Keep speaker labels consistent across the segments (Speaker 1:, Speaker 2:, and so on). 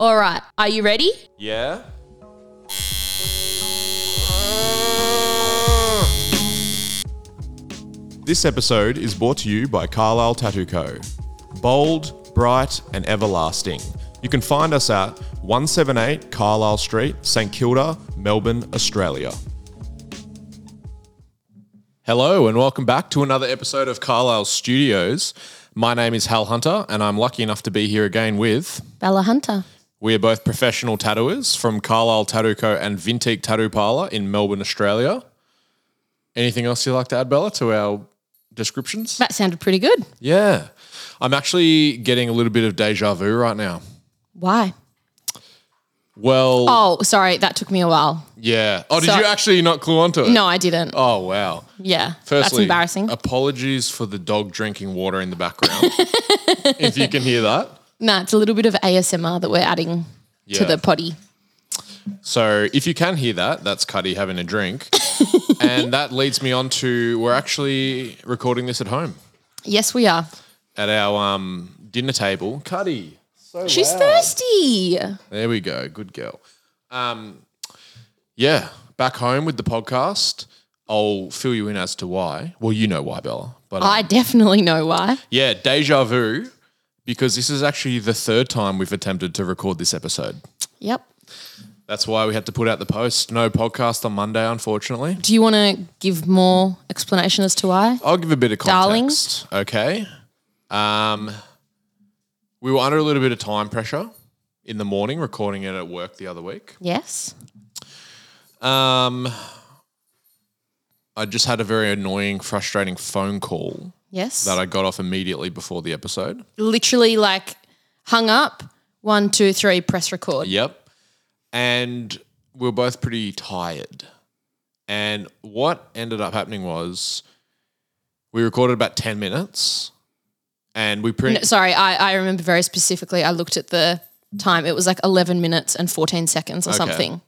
Speaker 1: All right. Are you ready?
Speaker 2: Yeah? This episode is brought to you by Carlisle Tattoo Co. Bold, bright, and everlasting. You can find us at 178 Carlisle Street, St Kilda, Melbourne, Australia. Hello, and welcome back to another episode of Carlisle Studios. My name is Hal Hunter, and I'm lucky enough to be here again with.
Speaker 1: Bella Hunter.
Speaker 2: We are both professional tattooers from Carlisle Tattoo Co and Vintique Tattoo Parlor in Melbourne, Australia. Anything else you'd like to add, Bella, to our descriptions?
Speaker 1: That sounded pretty good.
Speaker 2: Yeah. I'm actually getting a little bit of deja vu right now.
Speaker 1: Why?
Speaker 2: Well,
Speaker 1: Oh, sorry. That took me a while.
Speaker 2: yeah. Oh, did
Speaker 1: so-
Speaker 2: you actually not clue onto it?
Speaker 1: No, I didn't.
Speaker 2: Oh, wow.
Speaker 1: yeah.
Speaker 2: Firstly, uh,
Speaker 1: that's embarrassing.
Speaker 2: Apologies for the dog drinking water in the background. if you can hear that.
Speaker 1: nah, it's a little bit of ASMR that we're adding
Speaker 2: Yeah.
Speaker 1: to the potty.
Speaker 2: So if you can hear that, that's Cuddy having a drink. and that leads me on to we're actually recording this at home
Speaker 1: Yes, we are.
Speaker 2: at our um, dinner table. Cuddy. So
Speaker 1: She's
Speaker 2: loud.
Speaker 1: thirsty.
Speaker 2: There we go. Good girl. Um, yeah, back home with the podcast. I'll fill you in as to why. Well, you know why, Bella. But um,
Speaker 1: I definitely know why.
Speaker 2: yeah, deja vu, because this is actually the third time we've attempted to record this episode.
Speaker 1: Yep.
Speaker 2: That's why we had to put out the post. No podcast on Monday, unfortunately.
Speaker 1: Do you want to give more explanation as to why?
Speaker 2: I'll give a bit of
Speaker 1: Darling.
Speaker 2: context. Okay. Um, we were under a little bit of time pressure in the morning, recording it at work the other week.
Speaker 1: Yes.
Speaker 2: Um, I just had a very annoying, frustrating phone call
Speaker 1: Yes.
Speaker 2: that I got off immediately before the episode.
Speaker 1: Literally, like, hung up. One, two, three. Press record.
Speaker 2: Yep. And we were both pretty tired. And what ended up happening was we recorded about 10 minutes and we pretty
Speaker 1: No, sorry, I, I remember very specifically. I looked at the time. It was like 11 minutes and 14 seconds or something.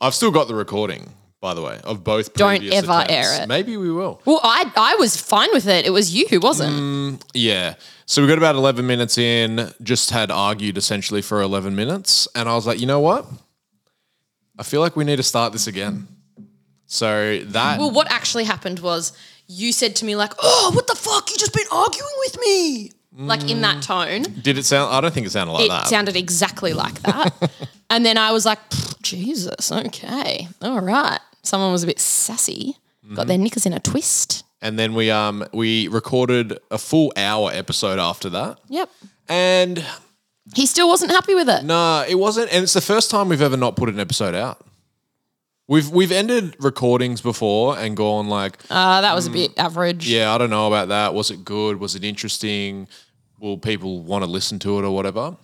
Speaker 2: I've still got the recording, by the way, of both.
Speaker 1: Don't
Speaker 2: previous
Speaker 1: ever
Speaker 2: attempts.
Speaker 1: air it.
Speaker 2: Maybe we will.
Speaker 1: Well, I, I was fine with it. It was you who wasn't.
Speaker 2: Mm. Yeah. So we got about eleven minutes in. Just had argued essentially for eleven minutes, and I was like, you know what? I feel like we need to start this again. So that
Speaker 1: Well, what actually happened was you said to me, like, oh, what the fuck? you just been arguing with me. Like in that tone.
Speaker 2: did it sound? I don't think it sounded like
Speaker 1: It
Speaker 2: Mm. that.
Speaker 1: sounded exactly like that. and then I was like, "Pfft, Jesus, okay. All right. Someone was a bit sassy,
Speaker 2: Mm-hmm.
Speaker 1: got their knickers in a twist.
Speaker 2: and then we um we recorded a full hour episode after that,
Speaker 1: Yep.
Speaker 2: Mm. and
Speaker 1: He still wasn't happy with it.
Speaker 2: Nah, it wasn't, and it's the first time we've ever not put an episode out. We've we've ended recordings before and gone like,
Speaker 1: Uh, that was a bit average.
Speaker 2: Mm. yeah, I don't know about that. Was it good? Was it interesting? Will people want to listen to it or whatever?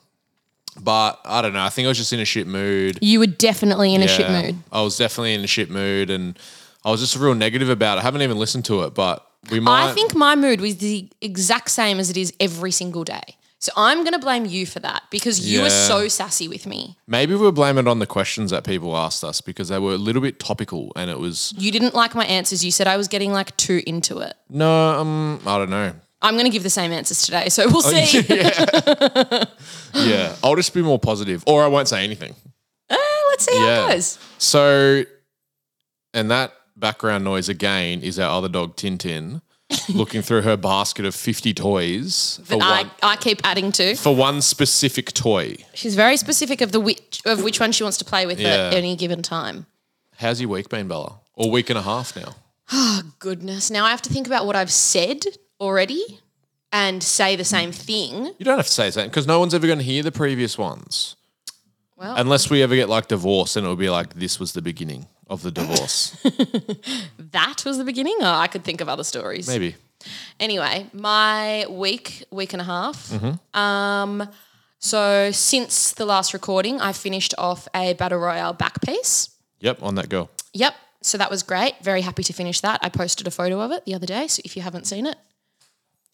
Speaker 2: But I don't know. I think I was just in a shit mood.
Speaker 1: You were definitely in a shit
Speaker 2: Yeah,
Speaker 1: mood.
Speaker 2: I was definitely in a shit mood, and I was just real negative about it. I haven't even listened to it, but we might.
Speaker 1: I think my mood was the exact same as it is every single day. So I'm going to blame you for that because you were
Speaker 2: Yeah.
Speaker 1: so sassy with me.
Speaker 2: maybe we'll blame it on the questions that people asked us because they were a little bit topical, and it was
Speaker 1: You didn't like my answers. You said I was getting like too into it.
Speaker 2: no, um, I don't know.
Speaker 1: I'm going to give the same answers today. So we'll
Speaker 2: Oh,
Speaker 1: see.
Speaker 2: Yeah, I'll just be more positive, or I won't say anything.
Speaker 1: Uh, let's see how
Speaker 2: Yeah.
Speaker 1: it goes.
Speaker 2: So, and that background noise again is our other dog Tintin looking through her basket of fifty toys for
Speaker 1: I,
Speaker 2: one
Speaker 1: I keep adding to.
Speaker 2: for one specific toy.
Speaker 1: She's very specific of the which of which one she wants to play with
Speaker 2: Yeah.
Speaker 1: at any given time.
Speaker 2: How's your week been, Bella? Or week and a half now?
Speaker 1: Goodness. Now I have to think about what I've said already and say the same thing.
Speaker 2: You don't have to say something because no one's ever going to hear the previous ones.
Speaker 1: Well-
Speaker 2: unless we ever get like divorced, and it'll be like this was the beginning of the divorce.
Speaker 1: That was the beginning. Oh, I could think of other stories.
Speaker 2: Maybe.
Speaker 1: Anyway, my week, week and a half. Um, so since the last recording, I finished off a battle royale back piece.
Speaker 2: Yep, on that girl.
Speaker 1: Yep. So that was great. Very happy to finish that. I posted a photo of it the other day. So if you haven't seen it,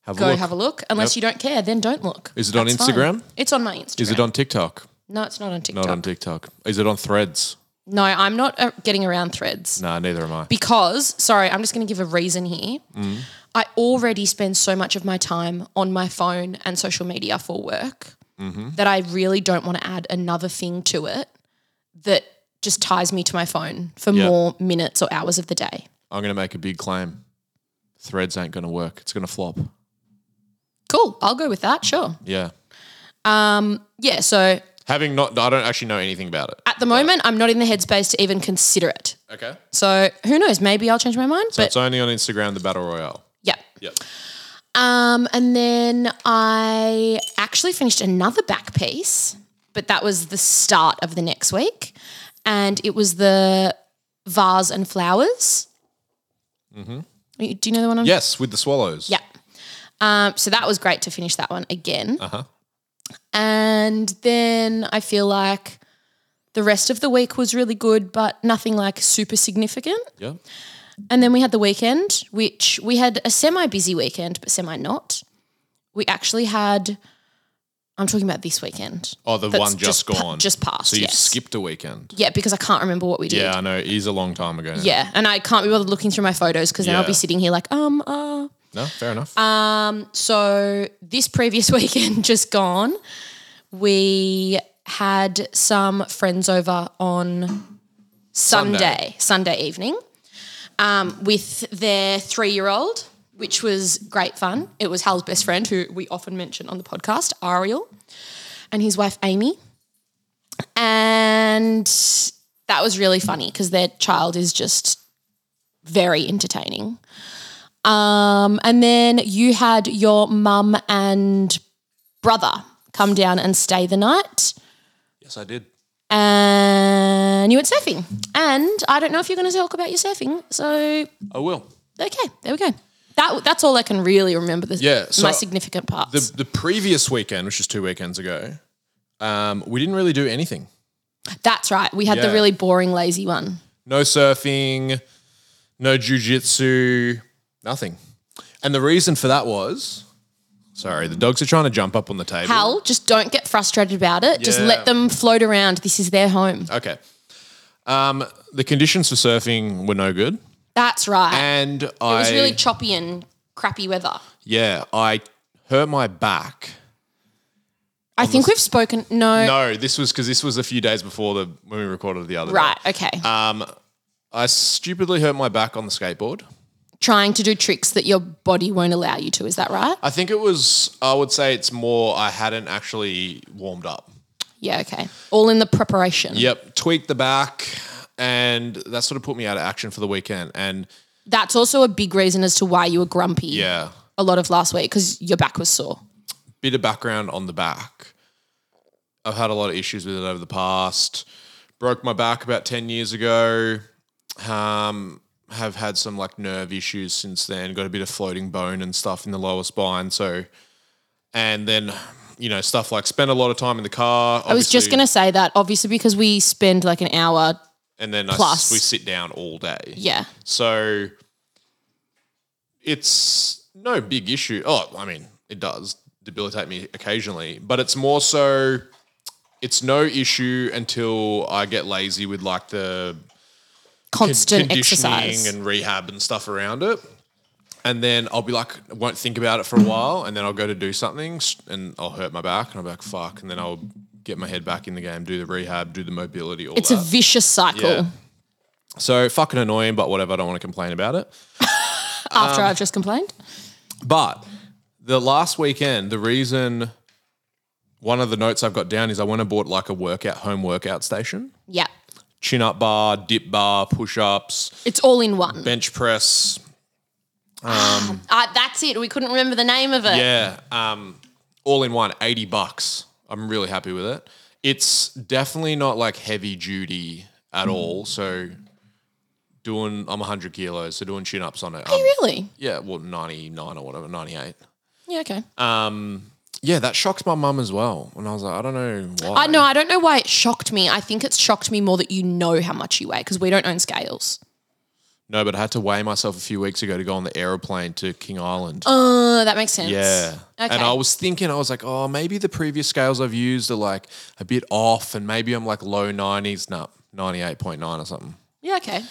Speaker 2: Have
Speaker 1: go
Speaker 2: a look.
Speaker 1: have a look. Unless you don't care, then don't look.
Speaker 2: Is it on
Speaker 1: That's fine.
Speaker 2: Instagram?
Speaker 1: It's on my Instagram.
Speaker 2: Is it on TikTok?
Speaker 1: no, it's not on TikTok.
Speaker 2: Not on TikTok. Is it on Threads?
Speaker 1: no, I'm not uh, getting around threads.
Speaker 2: Nah, neither am I.
Speaker 1: because sorry i'm just going to give a reason here
Speaker 2: Mm.
Speaker 1: i already spend so much of my time on my phone and social media for work
Speaker 2: Mm-hmm.
Speaker 1: that I really don't want to add another thing to it that just ties me to my phone for
Speaker 2: Yeah.
Speaker 1: more minutes or hours of the day.
Speaker 2: I'm going to make a big claim. Threads ain't going to work. It's going to flop.
Speaker 1: Cool. I'll go with that. Sure.
Speaker 2: Yeah.
Speaker 1: Yeah. So
Speaker 2: Having not, I don't actually know anything about it.
Speaker 1: at the moment, I'm not in the headspace to even consider it.
Speaker 2: Okay.
Speaker 1: So who knows? Maybe I'll change my mind.
Speaker 2: So
Speaker 1: but
Speaker 2: it's only on Instagram, the Battle Royale.
Speaker 1: yeah.
Speaker 2: Yep.
Speaker 1: Um, and then I actually finished another back piece, but that was the start of the next week. And it was the vase and flowers. Mm-hmm. Do you know the one I'm
Speaker 2: Yes, with the Swallows.
Speaker 1: Yeah. Um, so that was great to finish that one again. And then I feel like the rest of the week was really good, but nothing like super significant.
Speaker 2: Yeah.
Speaker 1: And then we had the weekend, which we had a semi busy weekend, but semi not. We actually had, I'm talking about this weekend.
Speaker 2: Oh, the
Speaker 1: That's
Speaker 2: one just,
Speaker 1: pa-
Speaker 2: gone.
Speaker 1: just passed.
Speaker 2: So you've
Speaker 1: yes.
Speaker 2: skipped a weekend.
Speaker 1: Yeah, because I can't remember what we did.
Speaker 2: Yeah, I know. It is a long time ago. now.
Speaker 1: Yeah, And I can't be bothered looking through my photos because then I'll
Speaker 2: Yeah.
Speaker 1: be sitting here like, um, uh,
Speaker 2: No, fair enough.
Speaker 1: So this previous weekend just gone, we had some friends over on Sunday, Sunday, evening, um, with their three-year-old, which was great fun. It was Hal's best friend, who we often mention on the podcast, Ariel, and his wife Amy, and that was really funny because their child is just very entertaining. Um, and then you had your mum and brother come down and stay the night,
Speaker 2: yes, I did.
Speaker 1: and you went surfing. And I don't know if you're going to talk about your surfing, so
Speaker 2: I will.
Speaker 1: okay, there we go. That that's all I can really remember. The,
Speaker 2: Yeah, so
Speaker 1: my significant parts.
Speaker 2: The, the previous weekend, which is two weekends ago, um, we didn't really do anything.
Speaker 1: that's right. We had
Speaker 2: Yeah.
Speaker 1: the really boring, lazy one.
Speaker 2: No surfing, no jujitsu, nothing. And the reason for that was sorry, the dogs are trying to jump up on the table.
Speaker 1: Hal, just don't get frustrated about it. Just
Speaker 2: Yeah.
Speaker 1: let them float around. This is their home.
Speaker 2: Okay. Um, the conditions for surfing were no good.
Speaker 1: That's right.
Speaker 2: And
Speaker 1: it
Speaker 2: I
Speaker 1: was really choppy and crappy weather.
Speaker 2: Yeah, I hurt my back.
Speaker 1: I think we've spoken.
Speaker 2: No, this was because this was a few days before the when we recorded the other day.
Speaker 1: Right. Okay.
Speaker 2: I stupidly hurt my back on the skateboard.
Speaker 1: Trying to do tricks that your body won't allow you to. Is that right?
Speaker 2: I think it was I would say it's more I hadn't actually warmed up.
Speaker 1: Yeah. Okay. All in the preparation.
Speaker 2: Yep, tweaked the back, and that sort of put me out of action for the weekend. And
Speaker 1: That's also a big reason as to why you were grumpy.
Speaker 2: yeah,
Speaker 1: A lot of last week because your back was sore.
Speaker 2: bit of background on the back. I've had a lot of issues with it over the past. Broke my back about ten years ago. Um, have had some like nerve issues since then. Got a bit of floating bone and stuff in the lower spine. So, and then you know stuff like spent a lot of time in the car.
Speaker 1: I was just gonna say that obviously because we spend like an hour.
Speaker 2: and then I s-
Speaker 1: plus.
Speaker 2: we sit down all day.
Speaker 1: Yeah.
Speaker 2: So it's no big issue. Oh, I mean, it does debilitate me occasionally, but it's more so it's no issue until I get lazy with like the con-
Speaker 1: Constant
Speaker 2: conditioning
Speaker 1: exercise.
Speaker 2: and rehab and stuff around it. And then I'll be like, I won't think about it for a while. And then I'll go to do something s- and I'll hurt my back and I'll be like, fuck. And then I'll get my head back in the game, do the rehab, do the mobility, all
Speaker 1: it's
Speaker 2: that.
Speaker 1: a vicious cycle.
Speaker 2: Yeah. So fucking annoying, but whatever. I don't want to complain about it.
Speaker 1: After
Speaker 2: Um,
Speaker 1: I've just complained.
Speaker 2: But the last weekend, the reason one of the notes I've got down is I went and bought like a workout home workout station,
Speaker 1: Yeah.
Speaker 2: chin up bar, dip bar, push ups,
Speaker 1: It's all in one.
Speaker 2: bench press.
Speaker 1: Ah, that's it. We couldn't remember the name of it.
Speaker 2: Yeah, um, all in one, eighty bucks. I'm really happy with it. It's definitely not like heavy duty at all. So doing, I'm 100 kilos, so doing chin ups on it. um,
Speaker 1: Really?
Speaker 2: Yeah, well, 99 or whatever, 98.
Speaker 1: Yeah. Okay. Uh,
Speaker 2: Yeah, that shocked my mum as well. And I was like, I don't know why.
Speaker 1: I know. I don't know why it shocked me. I think it's shocked me more that you know how much you weigh because we don't own scales.
Speaker 2: No, but I had to weigh myself a few weeks ago to go on the aeroplane to King Island.
Speaker 1: Uh, that makes sense.
Speaker 2: yeah.
Speaker 1: Okay.
Speaker 2: And I was thinking, I was like, oh, maybe the previous scales I've used are like a bit off and maybe I'm like low 90s. No, 98.9 or something.
Speaker 1: yeah. Okay.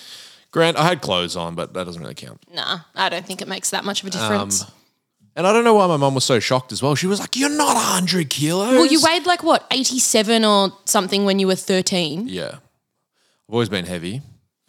Speaker 2: Grant, I had clothes on, but that doesn't really count. Um,
Speaker 1: Nah, I don't think it makes that much of a difference.
Speaker 2: And I don't know why my mum was so shocked as well. She was like, "You're not 100 kilos."
Speaker 1: Well, you weighed like what, 87 or something when you were 13?
Speaker 2: Yeah, I've always been heavy.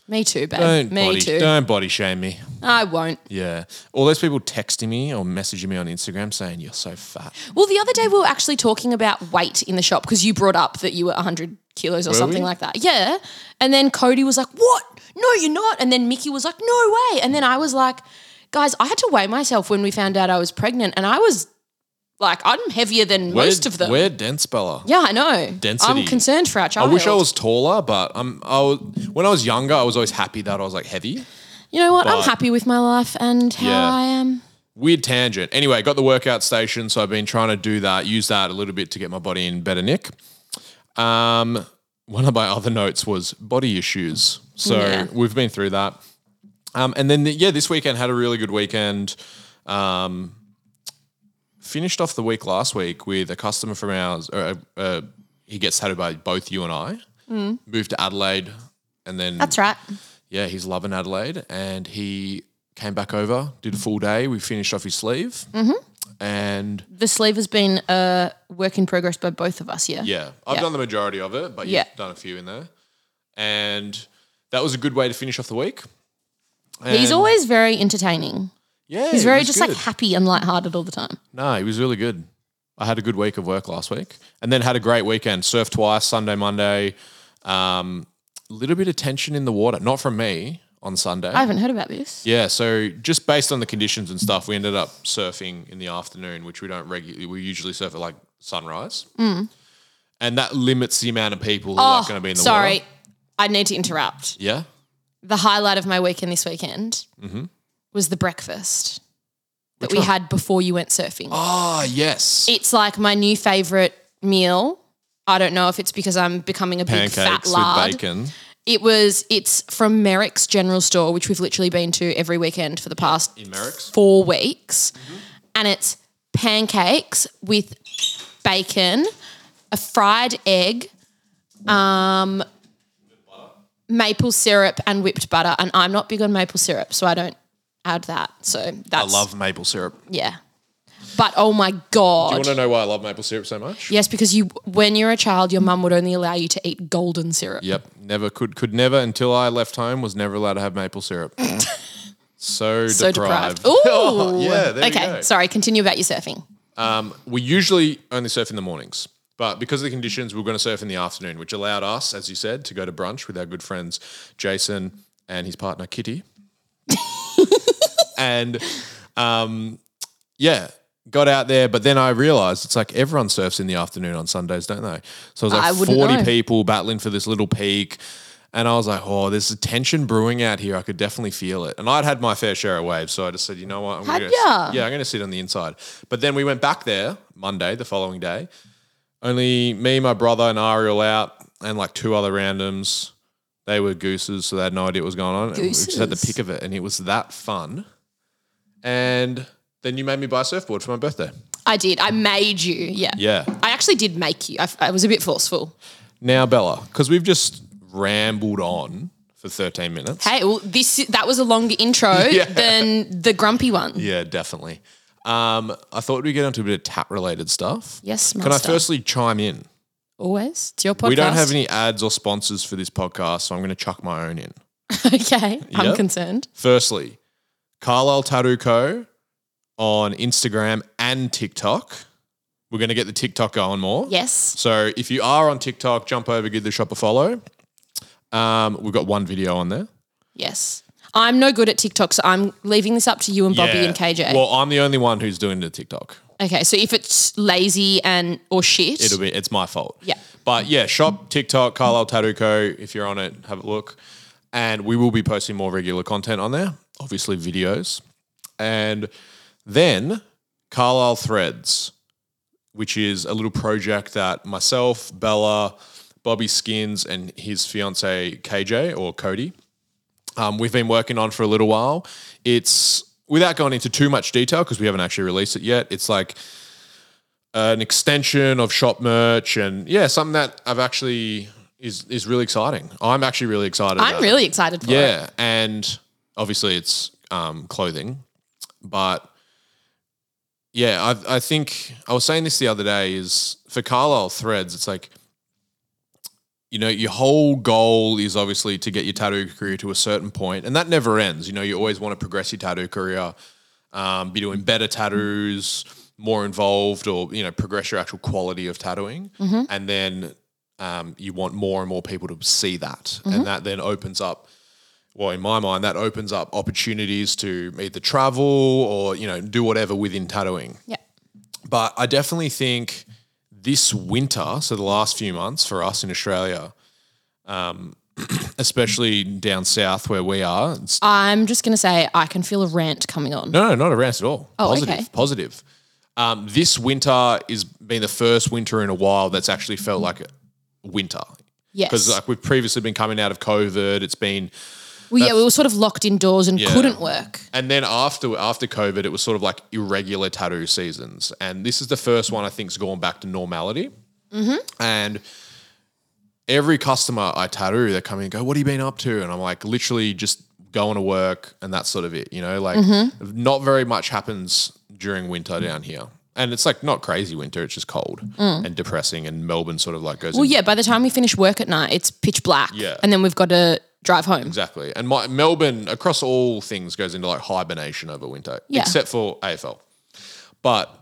Speaker 1: Me too, babe.
Speaker 2: Don't
Speaker 1: me
Speaker 2: body,
Speaker 1: too.
Speaker 2: Don't body shame me.
Speaker 1: I won't.
Speaker 2: Yeah. All those people texting me or messaging me on Instagram saying you're so fat.
Speaker 1: Well, the other day we were actually talking about weight in the shop because you brought up that you were 100 kilos or something
Speaker 2: we?
Speaker 1: like that. Yeah. And then Cody was like, What? No, you're not. And then Mickey was like, No way. And then I was like, Guys, I had to weigh myself when we found out I was pregnant, and I was like, I'm heavier than most
Speaker 2: We're-
Speaker 1: of them.
Speaker 2: We're dense, Bella.
Speaker 1: yeah, I know.
Speaker 2: Density.
Speaker 1: I'm concerned for our
Speaker 2: I
Speaker 1: child.
Speaker 2: wish I was taller, but I'm. I was, when I was younger, I was always happy that I was like heavy.
Speaker 1: You know what? I'm
Speaker 2: but-
Speaker 1: happy with my life and how
Speaker 2: Yeah.
Speaker 1: I am.
Speaker 2: Weird tangent. Anyway, got the workout station, so I've been trying to do that, use that a little bit to get my body in better nick. Um, one of my other notes was body issues. So
Speaker 1: Yeah.
Speaker 2: we've been through that. Um, and then the, yeah, this weekend had a really good weekend. Um, finished off the week last week with a customer from ours. Uh, uh, he gets tattooed by both you and I. Moved to Adelaide, and then
Speaker 1: That's right.
Speaker 2: yeah, he's loving Adelaide, and he came back over, did a full day. We finished off his sleeve,
Speaker 1: Mm-hmm.
Speaker 2: and
Speaker 1: The sleeve has been a work in progress by both of us, yeah?
Speaker 2: yeah, I've
Speaker 1: Yeah.
Speaker 2: done the majority of it, but
Speaker 1: Yeah.
Speaker 2: you've done a few in there, and that was a good way to finish off the week.
Speaker 1: He's
Speaker 2: And-
Speaker 1: always very entertaining.
Speaker 2: yeah,
Speaker 1: He's
Speaker 2: it
Speaker 1: very
Speaker 2: was
Speaker 1: just
Speaker 2: good.
Speaker 1: like happy and lighthearted all the time.
Speaker 2: No, he was really good. I had a good week of work last week and then had a great weekend. Surfed twice, Sunday, Monday. A um, little bit of tension in the water, not from me on Sunday.
Speaker 1: I haven't heard about this.
Speaker 2: yeah, so just based on the conditions and stuff, we ended up surfing in the afternoon, which we don't regularly, we usually surf at like sunrise.
Speaker 1: Mm.
Speaker 2: And that limits the amount of people who are going to be in the
Speaker 1: Oh, sorry.
Speaker 2: water.
Speaker 1: I need to interrupt.
Speaker 2: Yeah.
Speaker 1: The highlight of my weekend this weekend
Speaker 2: Mm-hmm.
Speaker 1: was the breakfast that we had before you went surfing.
Speaker 2: Ah, yes.
Speaker 1: It's like my new favorite meal. I don't know if it's because I'm becoming a big fat
Speaker 2: Pancakes
Speaker 1: lard.
Speaker 2: with bacon.
Speaker 1: It was. It's from Merrick's General Store, which we've literally been to every weekend for the past
Speaker 2: Merrick's?
Speaker 1: four weeks, and it's pancakes with bacon, a fried egg, um, maple syrup, and whipped butter. And I'm not big on maple syrup, so I don't add that. So
Speaker 2: I
Speaker 1: that's
Speaker 2: love maple syrup.
Speaker 1: yeah. But oh my
Speaker 2: Do you
Speaker 1: god.
Speaker 2: want to know why I love maple syrup so much?
Speaker 1: Yes, because you, when you're a child, your mum would only allow you to eat golden syrup.
Speaker 2: Yep. Never could could never until I left home was never allowed to have maple syrup. so,
Speaker 1: So
Speaker 2: deprived.
Speaker 1: deprived. Ooh.
Speaker 2: yeah, there we
Speaker 1: okay.
Speaker 2: go.
Speaker 1: Sorry. Continue about your surfing.
Speaker 2: We usually only surf in the mornings. But because of the conditions, we were going to surf in the afternoon, which allowed us, as you said, to go to brunch with our good friends Jason and his partner Kitty. and um, yeah, got out there. But then I realized it's like everyone surfs in the afternoon on Sundays, don't they? So it was like
Speaker 1: I wouldn't
Speaker 2: 40
Speaker 1: know.
Speaker 2: people battling for this little peak. And I was like, oh, there's a tension brewing out here. I could definitely feel it. And I'd had my fair share of waves. So I just said, you know what? I'm
Speaker 1: Had
Speaker 2: gonna,
Speaker 1: ya?
Speaker 2: Yeah, I'm going to sit on the inside. But then we went back there Monday, the following day. Only me, my brother, and Ariel out, and like two other randoms. They were gooses, so they had no idea what was going on. And We just had the
Speaker 1: Gooses.
Speaker 2: pick of it, and it was that fun. And then you made me buy a surfboard for my birthday.
Speaker 1: I did. I made you. Yeah.
Speaker 2: Yeah.
Speaker 1: I actually did make you. I, I was a bit forceful.
Speaker 2: Now, Bella, because we've just rambled on for 13 minutes.
Speaker 1: Hey, well, this that was a longer intro than the grumpy one.
Speaker 2: Yeah, definitely. Um, I thought we'd get onto a bit of tat related stuff.
Speaker 1: Yes,
Speaker 2: Can I
Speaker 1: master.
Speaker 2: firstly chime in?
Speaker 1: Always. It's your podcast.
Speaker 2: We don't have any ads or sponsors for this podcast, so I'm going to chuck my own in.
Speaker 1: okay. I'm
Speaker 2: Yep.
Speaker 1: concerned.
Speaker 2: Firstly, Carlisle Tattoo Co. on Instagram and TikTok. We're going to get the TikTok going more.
Speaker 1: Yes.
Speaker 2: So if you are on TikTok, jump over, give the shop a follow. Um, we've got one video on there.
Speaker 1: Yes. I'm no good at TikTok, so I'm leaving this up to you and Bobby
Speaker 2: Yeah.
Speaker 1: and KJ.
Speaker 2: Well, I'm the only one who's doing the TikTok.
Speaker 1: okay. So if it's lazy and or shit,
Speaker 2: It'll be it's my fault.
Speaker 1: Yeah.
Speaker 2: But yeah, shop TikTok, Carlisle Tattoo Co. If you're on it, have a look. And we will be posting more regular content on there, obviously videos. And then Carlisle Threads, which is a little project that myself, Bella, Bobby Skins, and his fiance KJ or Cody um, we've been working on for a little while. It's without going into too much detail because we haven't actually released it yet. It's like an extension of shop merch and yeah, something that I've actually is is really exciting. I'm actually really excited.
Speaker 1: I'm
Speaker 2: about it.
Speaker 1: really excited for it.
Speaker 2: yeah, and obviously it's um, clothing, but yeah, I, I think I was saying this the other day is for Carlisle threads, it's like, you know, your whole goal is obviously to get your tattoo career to a certain point, and that never ends. You know, you always want to progress your tattoo career, um, be doing better tattoos, more involved, or, you know, progress your actual quality of tattooing. And then um, you want more and more people to see that. And that then opens up well, in my mind, that opens up opportunities to either travel or you know do whatever within tattooing.
Speaker 1: Yeah.
Speaker 2: But I definitely think this winter, so the last few months for us in Australia, um, especially down south where we are, it's,
Speaker 1: I'm just going to say I can feel a rant coming on.
Speaker 2: no, no, not a rant at all.
Speaker 1: Oh,
Speaker 2: positive,
Speaker 1: okay.
Speaker 2: positive. Um, this winter has been the first winter in a while that's actually felt like winter
Speaker 1: Yes.
Speaker 2: because like we've previously been coming out of COVID. It's been
Speaker 1: well, yeah, we were sort of locked indoors and couldn't work.
Speaker 2: And then after after COVID, it was sort of like irregular tattoo seasons, and this is the first one I think's gone back to normality. And every customer I tattoo, they come in and go, "What have you been up to?" And I'm like, literally just going to work, and that's sort of it. You know, like not very much happens during winter down here. And it's like not crazy winter; it's just cold and depressing. And Melbourne sort of like goes.
Speaker 1: Well,
Speaker 2: in-
Speaker 1: yeah, by the time we finish work at night, it's pitch black.
Speaker 2: Yeah.
Speaker 1: And then we've got to drive home.
Speaker 2: Exactly. And my, Melbourne, across all things, goes into like hibernation over winter,
Speaker 1: Yeah.
Speaker 2: except for AFL. But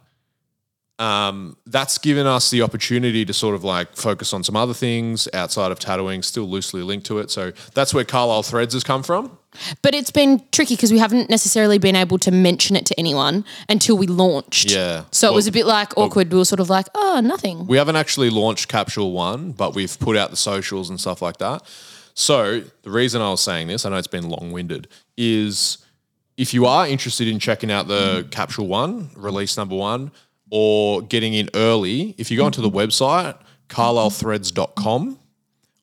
Speaker 2: um, that's given us the opportunity to sort of like focus on some other things outside of tattooing, still loosely linked to it. So that's where Carlisle Threads has come from.
Speaker 1: But it's been tricky because we haven't necessarily been able to mention it to anyone until we launched.
Speaker 2: Yeah.
Speaker 1: So it was
Speaker 2: Well-
Speaker 1: a bit like awkward. we were sort of like, oh, nothing.
Speaker 2: We haven't actually launched Capsule One, but we've put out the socials and stuff like that. So the reason I was saying this, I know it's been long winded, is if you are interested in checking out the Capsule One, release number one, or getting in early, if you go onto the website, carlisthreads.com,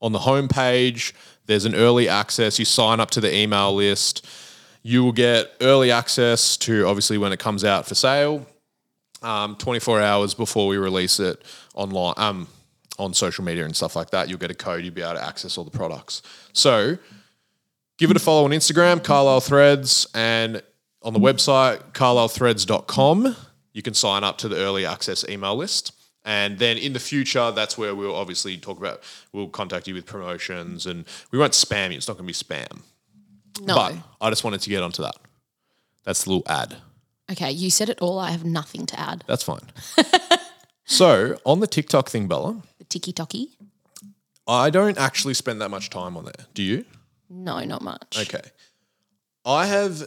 Speaker 2: on the homepage, there's an early access. You sign up to the email list. You will get early access to obviously when it comes out for sale um, 24 hours before we release it online um, on social media and stuff like that. You'll get a code. You'll be able to access all the products. So give it a follow on Instagram, Carlisle Threads, and on the website, carlislethreads.com. You can sign up to the early access email list. And then in the future, that's where we'll obviously talk about, we'll contact you with promotions and we won't spam you. It's not going to be spam.
Speaker 1: No.
Speaker 2: But I just wanted to get onto that. That's the little ad.
Speaker 1: okay, you said it all. I have nothing to add.
Speaker 2: That's fine. so on the TikTok thing, Bella,
Speaker 1: The ticky tocky?
Speaker 2: I don't actually spend that much time on there. Do you?
Speaker 1: No, not much.
Speaker 2: Okay. I have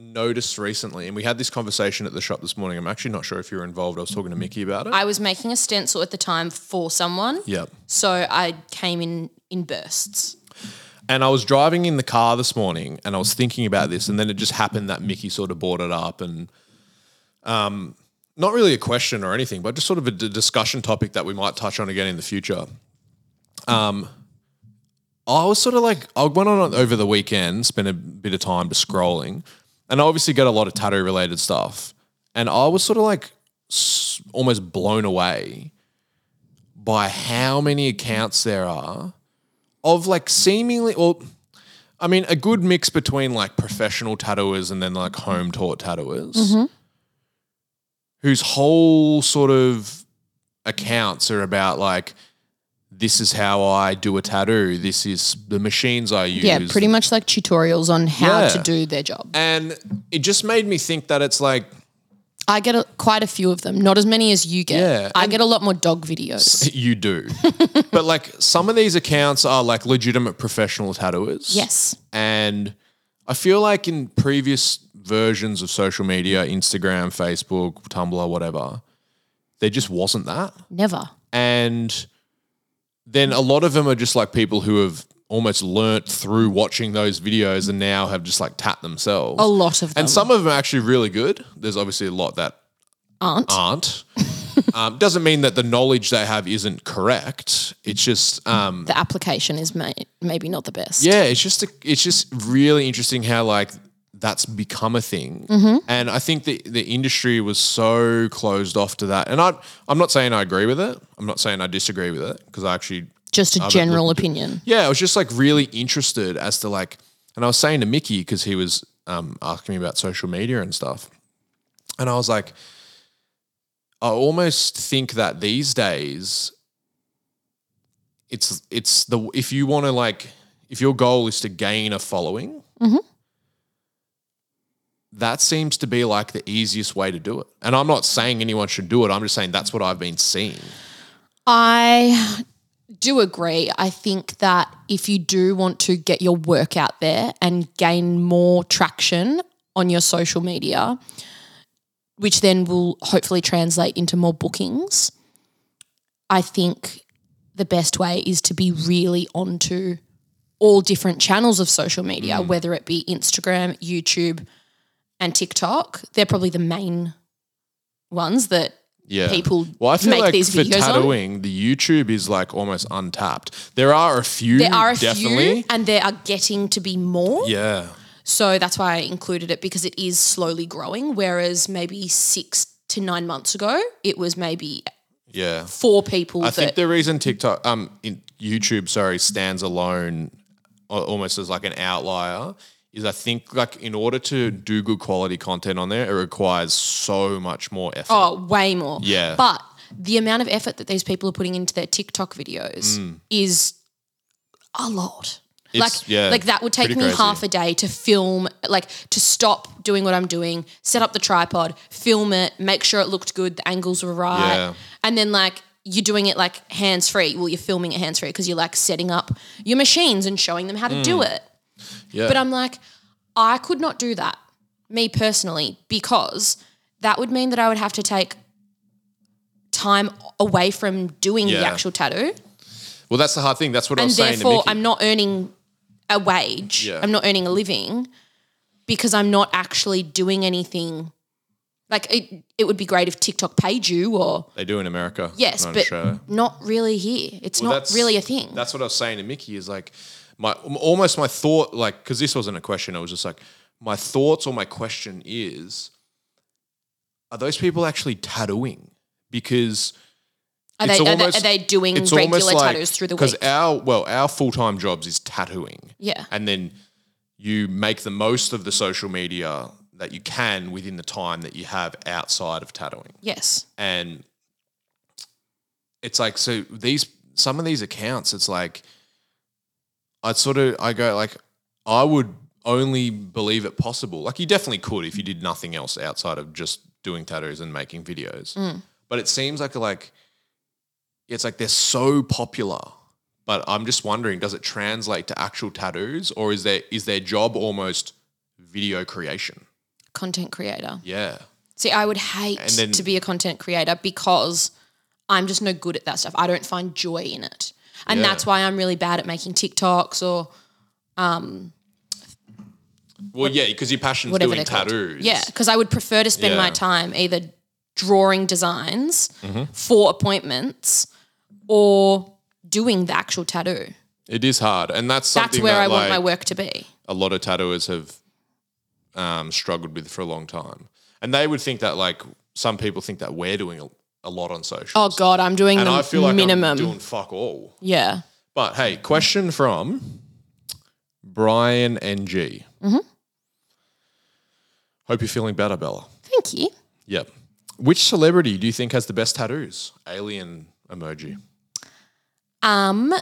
Speaker 2: noticed recently, and we had this conversation at the shop this morning. I'm actually not sure if you were involved. I was talking to Mickey about it.
Speaker 1: I was making a stencil at the time for someone.
Speaker 2: yep.
Speaker 1: So I came in in bursts.
Speaker 2: And I was driving in the car this morning and I was thinking about this. And then it just happened that Mickey sort of brought it up and um, not really a question or anything, but just sort of a d- discussion topic that we might touch on again in the future. Um, I was sort of like, I went on over the weekend, spent a bit of time just scrolling, and I obviously got a lot of tattoo related stuff. And I was sort of like s- almost blown away by how many accounts there are of like seemingly well I mean a good mix between like professional tattooers and then like home taught tattooers
Speaker 1: Mm-hmm.
Speaker 2: whose whole sort of accounts are about like this is how I do a tattoo this is the machines I use
Speaker 1: Yeah, pretty much like tutorials on how
Speaker 2: Yeah.
Speaker 1: to do their job.
Speaker 2: and it just made me think that it's like
Speaker 1: I get a, quite a few of them, not as many as you get.
Speaker 2: Yeah,
Speaker 1: I get a lot more dog videos.
Speaker 2: you do but like some of these accounts are like legitimate professional tattooers
Speaker 1: Yes.
Speaker 2: And I feel like in previous versions of social media, Instagram, Facebook, Tumblr, whatever, there just wasn't that.
Speaker 1: Never.
Speaker 2: And then a lot of them are just like people who have almost learnt through watching those videos and now have just like tapped themselves.
Speaker 1: A lot of them
Speaker 2: and some of them are actually really good. There's obviously a lot that
Speaker 1: aren't.
Speaker 2: aren't. um, doesn't mean that the knowledge they have isn't correct. It's just um,
Speaker 1: the application is may- maybe not the best.
Speaker 2: Yeah, it's just a, it's just really interesting how like that's become a thing, and I think the the industry was so closed off to that. And I I'm not saying I agree with it. I'm not saying I disagree with it because I actually
Speaker 1: Just a general opinion.
Speaker 2: yeah, I was just like really interested as to like, and I was saying to Mickey because he was um, asking me about social media and stuff, and I was like, I almost think that these days it's it's the if you want to like if your goal is to gain a following,
Speaker 1: Mhm.
Speaker 2: that seems to be like the easiest way to do it. And I'm not saying anyone should do it. I'm just saying that's what I've been seeing.
Speaker 1: I do agree. I think that if you do want to get your work out there and gain more traction on your social media, which then will hopefully translate into more bookings, I think the best way is to be really onto all different channels of social media, whether it be Instagram, YouTube, and TikTok. They're probably the main ones that
Speaker 2: Yeah.
Speaker 1: people
Speaker 2: Well, I feel
Speaker 1: make
Speaker 2: like
Speaker 1: these
Speaker 2: for
Speaker 1: videos on.
Speaker 2: tattooing, the YouTube is like almost untapped. There are a few.
Speaker 1: There are a
Speaker 2: Mm, definitely.
Speaker 1: few, and there are getting to be more.
Speaker 2: Yeah.
Speaker 1: So that's why I included it because it is slowly growing. Whereas maybe six to nine months ago, it was maybe
Speaker 2: Yeah.
Speaker 1: four people
Speaker 2: I
Speaker 1: that.
Speaker 2: think the reason TikTok, um, in YouTube, sorry, stands alone a- almost as like an outlier is I think like in order to do good quality content on there, it requires so much more effort.
Speaker 1: oh, way more.
Speaker 2: Yeah.
Speaker 1: But the amount of effort that these people are putting into their TikTok videos is a lot.
Speaker 2: Mm. It's-
Speaker 1: like,
Speaker 2: yeah,
Speaker 1: like that would take me
Speaker 2: pretty crazy.
Speaker 1: half a day to film, like to stop doing what I'm doing, set up the tripod, film it, make sure it looked good, the angles were right,
Speaker 2: Yeah.
Speaker 1: and then like you're doing it like hands free. Well, you're filming it hands free because you're like setting up your machines and showing them how to do it.
Speaker 2: Mm. yeah.
Speaker 1: But I'm like, I could not do that, me personally, because that would mean that I would have to take time away from doing the
Speaker 2: Yeah.
Speaker 1: actual tattoo.
Speaker 2: well, that's the hard thing. That's what I
Speaker 1: And
Speaker 2: was saying to
Speaker 1: therefore,
Speaker 2: Mickey.
Speaker 1: I'm not earning a wage.
Speaker 2: Yeah.
Speaker 1: I'm not earning a living because I'm not actually doing anything. Like, it, it would be great if TikTok paid you or,
Speaker 2: they do in America.
Speaker 1: yes,
Speaker 2: not in
Speaker 1: but
Speaker 2: Australia.
Speaker 1: not really here. It's
Speaker 2: Well,
Speaker 1: not
Speaker 2: that's-
Speaker 1: really a thing.
Speaker 2: That's what I was saying to Mickey is like my almost my thought like because this wasn't a question. I was just like my thoughts or my question is: Are those people actually tattooing? Because
Speaker 1: Are they,
Speaker 2: it's
Speaker 1: are,
Speaker 2: almost-
Speaker 1: they, are they doing
Speaker 2: it's
Speaker 1: regular
Speaker 2: almost like
Speaker 1: tattoos through the
Speaker 2: because
Speaker 1: week?
Speaker 2: our well our full time jobs is tattooing.
Speaker 1: Yeah.
Speaker 2: and then you make the most of the social media that you can within the time that you have outside of tattooing
Speaker 1: yes.
Speaker 2: and it's like so these some of these accounts it's like i sort of i go like i would only believe it possible like you definitely could if you did nothing else outside of just doing tattoos and making videos
Speaker 1: Mm.
Speaker 2: but it seems like like it's like they're so popular but i'm just wondering does it translate to actual tattoos or is there is their job almost video creation
Speaker 1: Content creator.
Speaker 2: yeah
Speaker 1: See, I would hate
Speaker 2: And then-
Speaker 1: to be a content creator because I'm just no good at that stuff. I don't find joy in it. And
Speaker 2: Yeah.
Speaker 1: that's why I'm really bad at making TikToks or
Speaker 2: well yeah because your passion's
Speaker 1: whatever
Speaker 2: doing
Speaker 1: they're called.
Speaker 2: tattoos
Speaker 1: Yeah, because I would prefer to spend my
Speaker 2: Yeah. Mm-hmm.
Speaker 1: time either drawing designs for appointments or doing the actual tattoo.
Speaker 2: It is hard, and that's something
Speaker 1: That's where
Speaker 2: that
Speaker 1: I want
Speaker 2: like,
Speaker 1: my work to be.
Speaker 2: a lot of tattooers have um, struggled with for a long time, and they would think that like some people think that we're doing a, a lot on social,
Speaker 1: Oh God, I'm doing
Speaker 2: and
Speaker 1: the
Speaker 2: I feel like I'm
Speaker 1: minimum.
Speaker 2: doing fuck all.
Speaker 1: yeah.
Speaker 2: But hey, question from Brian NG. Mm-hmm. Hope you're feeling better, Bella.
Speaker 1: Thank you.
Speaker 2: Yep. Which celebrity do you think has the best tattoos? Alien emoji.
Speaker 1: Um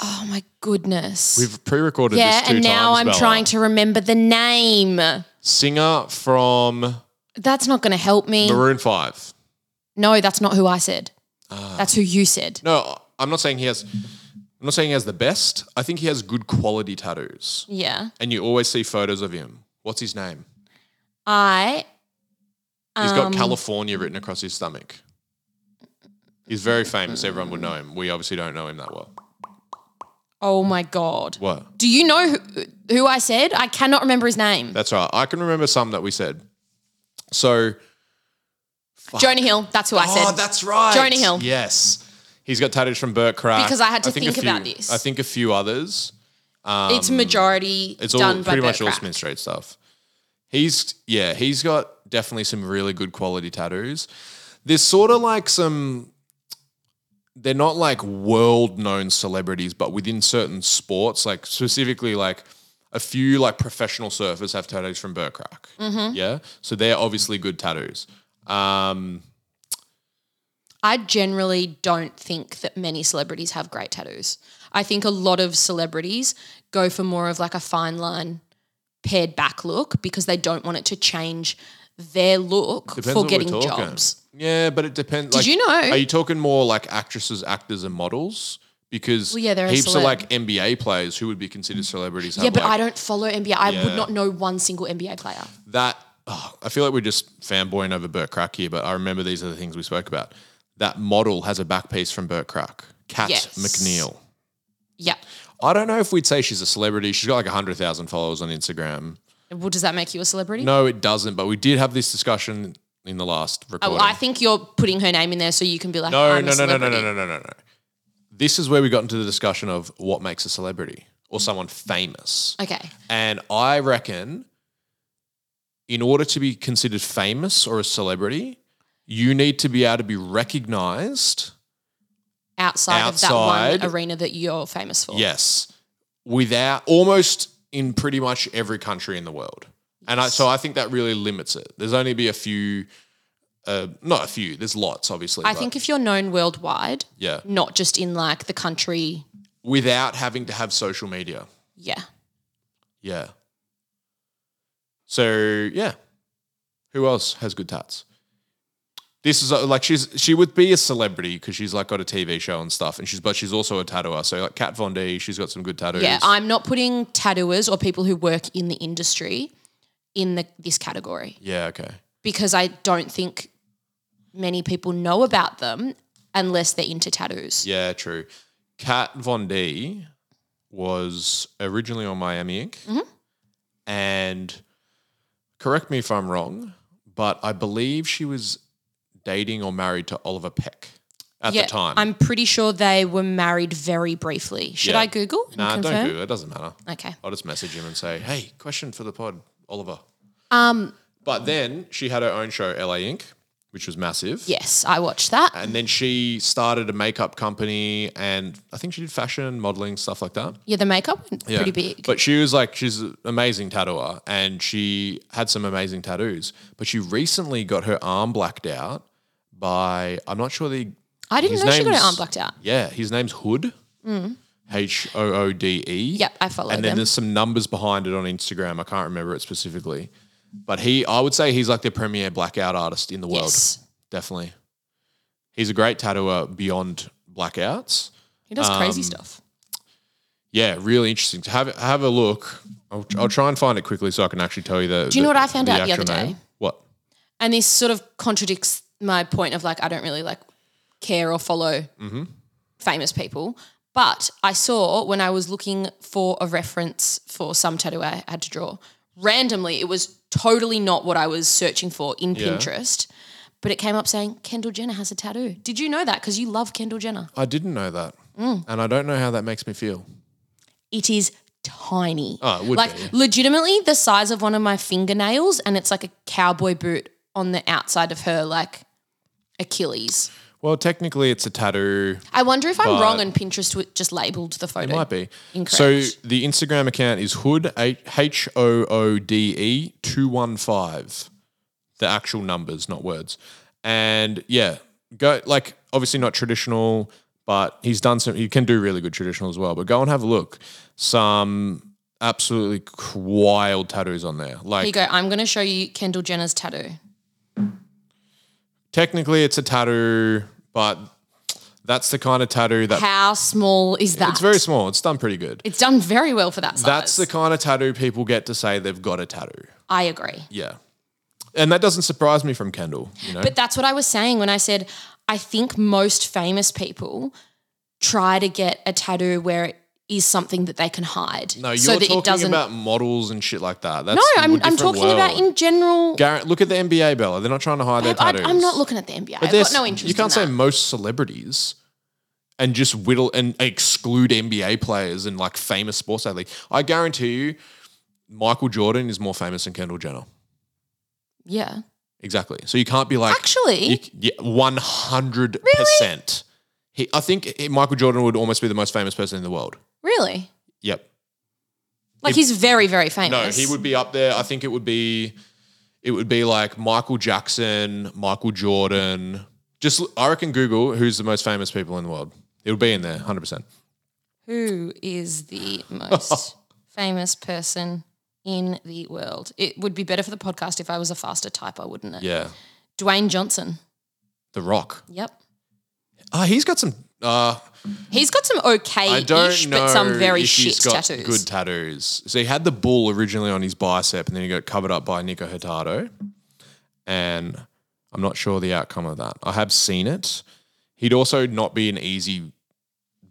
Speaker 1: oh my goodness.
Speaker 2: We've pre-recorded
Speaker 1: yeah,
Speaker 2: this two
Speaker 1: and now
Speaker 2: times,
Speaker 1: I'm
Speaker 2: Bella.
Speaker 1: trying to remember the name.
Speaker 2: singer from
Speaker 1: That's not going to help me.
Speaker 2: Maroon Five.
Speaker 1: No, that's not who I said.
Speaker 2: Ah.
Speaker 1: that's who you said.
Speaker 2: No, I'm not saying he has. I'm not saying he has the best. I think he has good quality tattoos,
Speaker 1: Yeah.
Speaker 2: and you always see photos of him. What's his name?
Speaker 1: I
Speaker 2: He's
Speaker 1: Um,
Speaker 2: got California written across his stomach. He's very famous. Everyone would know him. We obviously don't know him that well.
Speaker 1: Oh my god.
Speaker 2: What?
Speaker 1: Do you know who, who I said? I cannot remember his name.
Speaker 2: That's right. I can remember some that we said. So,
Speaker 1: Jonah Hill, that's who I said.
Speaker 2: oh, that's right,
Speaker 1: Jonah Hill.
Speaker 2: Yes, he's got tattoos from Burt Crack.
Speaker 1: Because I had to
Speaker 2: a
Speaker 1: think
Speaker 2: few-
Speaker 1: about this.
Speaker 2: I think a few others.
Speaker 1: it's majority
Speaker 2: Um, It's
Speaker 1: done
Speaker 2: all
Speaker 1: by
Speaker 2: pretty
Speaker 1: Bert
Speaker 2: much all
Speaker 1: Kreischer.
Speaker 2: Smith Street stuff. He's yeah, he's got definitely some really good quality tattoos. There's sort of like some they're not like world known celebrities, but within certain sports, like specifically like a few like professional surfers
Speaker 1: Mm-hmm.
Speaker 2: have tattoos from Burt Crack. Yeah. So they're obviously good tattoos. Um
Speaker 1: I generally don't think that many celebrities have great tattoos. I think a lot of celebrities go for more of like a fine line paired back look because they don't want it to change their look for
Speaker 2: what we're
Speaker 1: getting
Speaker 2: talking.
Speaker 1: jobs.
Speaker 2: Yeah, but it depends. Like,
Speaker 1: you know-
Speaker 2: Are you talking more like actresses, actors, and models? Because
Speaker 1: Well, yeah, they're a
Speaker 2: heaps of
Speaker 1: celeb.
Speaker 2: like NBA players who would be considered celebrities.
Speaker 1: Yeah,
Speaker 2: have,
Speaker 1: but
Speaker 2: like,
Speaker 1: I don't follow NBA. I
Speaker 2: Yeah.
Speaker 1: would not know one single NBA player.
Speaker 2: that oh, I feel like we're just fanboying over Burt Crack here, but I remember these are the things we spoke about. That model has a back piece from Burt Crack, Kat
Speaker 1: Yes.
Speaker 2: McNeil.
Speaker 1: Yeah.
Speaker 2: I don't know if we'd say she's a celebrity. She's got like 100,000 followers on Instagram.
Speaker 1: Well, does that make you a celebrity?
Speaker 2: No, it doesn't, but we did have this discussion in the last recording.
Speaker 1: Oh, I think you're putting her name in there so you can be like, "Oh,
Speaker 2: no,
Speaker 1: I'm
Speaker 2: no,
Speaker 1: a
Speaker 2: no, no,
Speaker 1: celebrity.
Speaker 2: no, no, no, no, no, no. This is where we got into the discussion of what makes a celebrity or someone famous.
Speaker 1: Okay.
Speaker 2: And I reckon in order to be considered famous or a celebrity, you need to be able to be recognized,
Speaker 1: Outside, of that
Speaker 2: Outside.
Speaker 1: one arena that you're famous for.
Speaker 2: yes, without almost in pretty much every country in the world. And I, so I think that really limits it. There's only be a few, uh, not a few, there's lots, obviously.
Speaker 1: I
Speaker 2: but
Speaker 1: think if you're known worldwide,
Speaker 2: yeah,
Speaker 1: not just in like the country,
Speaker 2: without having to have social media.
Speaker 1: yeah.
Speaker 2: Yeah. So yeah, who else has good tats? This is uh, like she's she would be a celebrity because she's like got a TV show and stuff, and she's but she's also a tattooer. So like Kat Von D, she's got some good tattoos.
Speaker 1: Yeah, I'm not putting tattooers or people who work in the industry in the this category
Speaker 2: yeah, okay,
Speaker 1: because I don't think many people know about them unless they're into tattoos.
Speaker 2: yeah, true. Kat Von D was originally on Miami Ink,
Speaker 1: Mm-hmm.
Speaker 2: and correct me if I'm wrong, but I believe she was dating or married to Oliver Peck at
Speaker 1: yeah,
Speaker 2: the time.
Speaker 1: I'm pretty sure they were married very briefly. Should
Speaker 2: Yeah.
Speaker 1: I Google and
Speaker 2: nah,
Speaker 1: confirm?
Speaker 2: don't Google. It doesn't matter.
Speaker 1: Okay.
Speaker 2: I'll just message him and say, "Hey, question for the pod, Oliver." Um, but then she had her own show, LA Inc., which was massive.
Speaker 1: Yes, I watched that.
Speaker 2: And then she started a makeup company, and I think she did fashion, modeling, stuff like that.
Speaker 1: yeah, the makeup went
Speaker 2: Yeah.
Speaker 1: pretty big.
Speaker 2: But she was like, she's an amazing tattooer, and she had some amazing tattoos. But she recently got her arm blacked out by I'm not sure the
Speaker 1: I didn't
Speaker 2: his
Speaker 1: know she got her
Speaker 2: name's-
Speaker 1: arm blacked out.
Speaker 2: yeah, his name's Hood. H O O D E.
Speaker 1: Mm. Yep, I follow
Speaker 2: And then
Speaker 1: them.
Speaker 2: there's some numbers behind it on Instagram. I can't remember it specifically. But he, I would say he's like the premier blackout artist in the world.
Speaker 1: Yes.
Speaker 2: Definitely. He's a great tattooer beyond blackouts.
Speaker 1: He does
Speaker 2: um,
Speaker 1: crazy stuff.
Speaker 2: Yeah, really interesting. To have have a look. I'll, I'll try and find it quickly so I can actually tell you the. Do
Speaker 1: you know what I found out the other day?
Speaker 2: What?
Speaker 1: And this sort of contradicts my point of like I don't really like care or follow
Speaker 2: Mm-hmm.
Speaker 1: famous people. But I saw when I was looking for a reference for some tattoo I had to draw, randomly it was totally not what I was searching for in Pinterest. But it came up saying Kendall Jenner has a tattoo. Did you know that? Because you love Kendall Jenner.
Speaker 2: I didn't know that.
Speaker 1: Mm.
Speaker 2: And I don't know how that makes me feel.
Speaker 1: It is tiny.
Speaker 2: Oh, it would
Speaker 1: like
Speaker 2: be.
Speaker 1: legitimately the size of one of my fingernails, and it's like a cowboy boot on the outside of her like Achilles.
Speaker 2: Well, technically, it's a tattoo.
Speaker 1: I wonder if I'm
Speaker 2: But-
Speaker 1: wrong and Pinterest w- just labeled the photo.
Speaker 2: It might be.
Speaker 1: Incorrect.
Speaker 2: So the Instagram account is Hood H O O D E two one five. The actual numbers, not words. And yeah, go like obviously not traditional, but he's done some. He can do really good traditional as well. But go and have a look. Some absolutely c- wild tattoos on there.
Speaker 1: Here you
Speaker 2: Like
Speaker 1: go. I'm going to show you Kendall Jenner's tattoo.
Speaker 2: technically, it's a tattoo, but that's the kind of tattoo that
Speaker 1: How small is that?
Speaker 2: it's very small. It's done pretty good.
Speaker 1: It's done very well for that size.
Speaker 2: That's the kind of tattoo people get to say they've got a tattoo.
Speaker 1: I agree.
Speaker 2: Yeah. And that doesn't surprise me from Kendall, you know.
Speaker 1: But that's what I was saying when I said I think most famous people try to get a tattoo where it is something that they can hide.
Speaker 2: no, you're
Speaker 1: so that it
Speaker 2: talking
Speaker 1: doesn't.
Speaker 2: about models and shit like that. That's
Speaker 1: no,
Speaker 2: a
Speaker 1: I'm, I'm
Speaker 2: different
Speaker 1: talking
Speaker 2: world.
Speaker 1: about in general.
Speaker 2: Garrett, look at the NBA, Bella. They're not trying to hide their
Speaker 1: I,
Speaker 2: tattoos.
Speaker 1: I'm not looking at the NBA. I've
Speaker 2: There's-
Speaker 1: got no interest.
Speaker 2: You
Speaker 1: in
Speaker 2: can't say
Speaker 1: that.
Speaker 2: most celebrities and just whittle and exclude NBA players and like famous sports athletes. I guarantee you, Michael Jordan is more famous than Kendall Jenner.
Speaker 1: Yeah.
Speaker 2: Exactly. So you can't be like
Speaker 1: Actually-
Speaker 2: you c- yeah, one hundred percent. He, I think eh, Michael Jordan would almost be the most famous person in the world.
Speaker 1: Really?
Speaker 2: Yep.
Speaker 1: Like he's very, very
Speaker 2: No,
Speaker 1: famous.
Speaker 2: he would be up there. I think it would be, it would be like Michael Jackson, Michael Jordan, Just l- I reckon Google who's the most famous people in the world. It'll be in there, hundred percent.
Speaker 1: Who is the most famous person in the world? It would be better for the podcast if I was a faster typer, wouldn't it?
Speaker 2: Yeah,
Speaker 1: Dwayne Johnson.
Speaker 2: The Rock.
Speaker 1: Yep.
Speaker 2: Oh, he's got some. Uh,
Speaker 1: He's got some okay
Speaker 2: I don't
Speaker 1: ish,
Speaker 2: know
Speaker 1: but some very
Speaker 2: if
Speaker 1: shit
Speaker 2: he's got
Speaker 1: tattoos.
Speaker 2: good tattoos. So he had the bull originally on his bicep, and then he got covered up by Nico Hurtado. And I'm not sure the outcome of that. I have seen it. He'd also not be an easy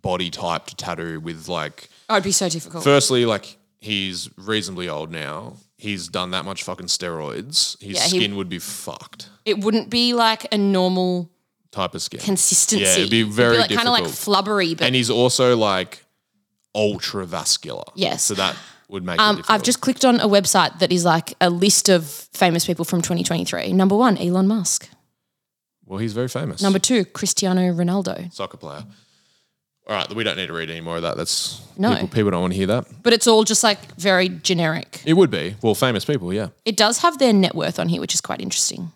Speaker 2: body type to tattoo with, like,
Speaker 1: Oh, it'd be so difficult.
Speaker 2: firstly, like he's reasonably old now. He's done that much fucking steroids. His
Speaker 1: Yeah, he-
Speaker 2: skin would be fucked.
Speaker 1: it wouldn't be like a normal
Speaker 2: Type of skin.
Speaker 1: consistency.
Speaker 2: Yeah, it'd be very
Speaker 1: like, kind of like
Speaker 2: difficult.
Speaker 1: flubbery, but
Speaker 2: and he's also like ultra vascular.
Speaker 1: Yes.
Speaker 2: So that would make it
Speaker 1: Um,
Speaker 2: difficult.
Speaker 1: I've just clicked on a website that is like a list of famous people from 2023. Number one, Elon Musk.
Speaker 2: Well, he's very famous.
Speaker 1: Number two, Cristiano Ronaldo.
Speaker 2: soccer player. All right, we don't need to read any more of that. That's
Speaker 1: No.
Speaker 2: people, people don't want to hear that.
Speaker 1: But it's all just like very generic.
Speaker 2: It would be well, famous people, yeah.
Speaker 1: It does have their net worth on here, which is quite interesting.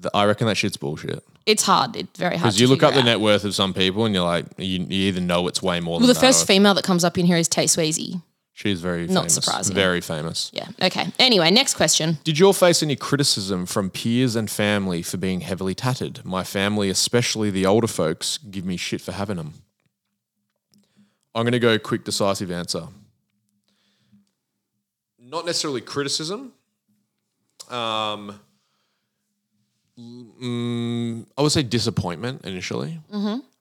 Speaker 2: Th- I reckon that shit's bullshit
Speaker 1: It's hard. It's very hard.
Speaker 2: because
Speaker 1: to
Speaker 2: you look
Speaker 1: figure
Speaker 2: up the
Speaker 1: out.
Speaker 2: net worth of some people and you're like, you, you either know it's way more.
Speaker 1: Well, the
Speaker 2: than that
Speaker 1: first
Speaker 2: or-
Speaker 1: female that comes up in here is Tay Swayze.
Speaker 2: she's very
Speaker 1: Not
Speaker 2: famous,
Speaker 1: surprising.
Speaker 2: very famous.
Speaker 1: Yeah. Okay. Anyway, next question.
Speaker 2: Did you all face any criticism from peers and family for being heavily tatted? My family, especially the older folks, give me shit for having them. I'm going to go quick, decisive answer. Not necessarily criticism. Um, mm, I would say disappointment initially,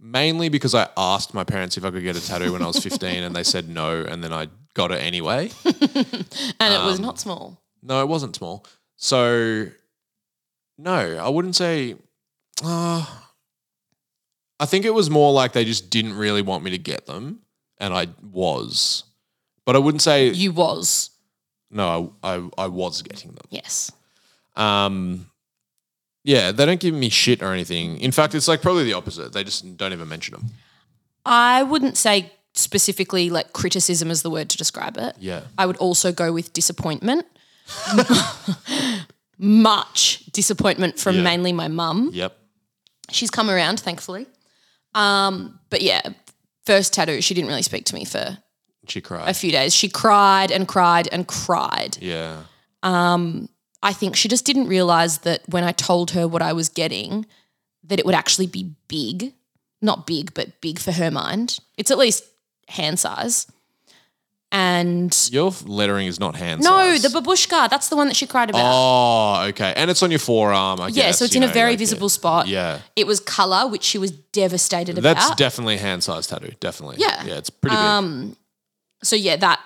Speaker 2: mainly because I asked my parents if I could get a tattoo when I was 15, and they said no, and then I got it anyway.
Speaker 1: And it was
Speaker 2: Um,
Speaker 1: not small.
Speaker 2: No, it wasn't small. So, no, I wouldn't say. Uh, I think it was more like they just didn't really want me to get them, and I was, but I wouldn't say
Speaker 1: You was.
Speaker 2: no. I I, I was getting them.
Speaker 1: Yes.
Speaker 2: Um, yeah, they don't give me shit or anything. In fact, it's like probably the opposite. They just don't even mention them.
Speaker 1: I wouldn't say specifically like criticism is the word to describe it.
Speaker 2: Yeah,
Speaker 1: I would also go with disappointment. Much disappointment from
Speaker 2: Yeah.
Speaker 1: mainly my mum.
Speaker 2: yep.
Speaker 1: She's come around, thankfully. Um, but yeah, first tattoo, she didn't really speak to me for
Speaker 2: She
Speaker 1: a
Speaker 2: cried.
Speaker 1: few days. She cried and cried and cried.
Speaker 2: yeah,
Speaker 1: I think she just didn't realize that when I told her what I was getting, that it would actually be big. Not big, but big for her mind. It's at least hand size. And
Speaker 2: your lettering is not hand.
Speaker 1: no,
Speaker 2: size.
Speaker 1: the babushka, that's the one that she cried about.
Speaker 2: Oh, okay, and it's on your forearm. I
Speaker 1: Yeah,
Speaker 2: guess,
Speaker 1: so it's
Speaker 2: you
Speaker 1: in a
Speaker 2: know,
Speaker 1: very
Speaker 2: like, yeah.
Speaker 1: visible spot.
Speaker 2: Yeah.
Speaker 1: It was color, which she was devastated about.
Speaker 2: That's definitely hand sized tattoo. Definitely.
Speaker 1: Yeah. Um,
Speaker 2: Yeah, it's pretty big.
Speaker 1: so yeah, that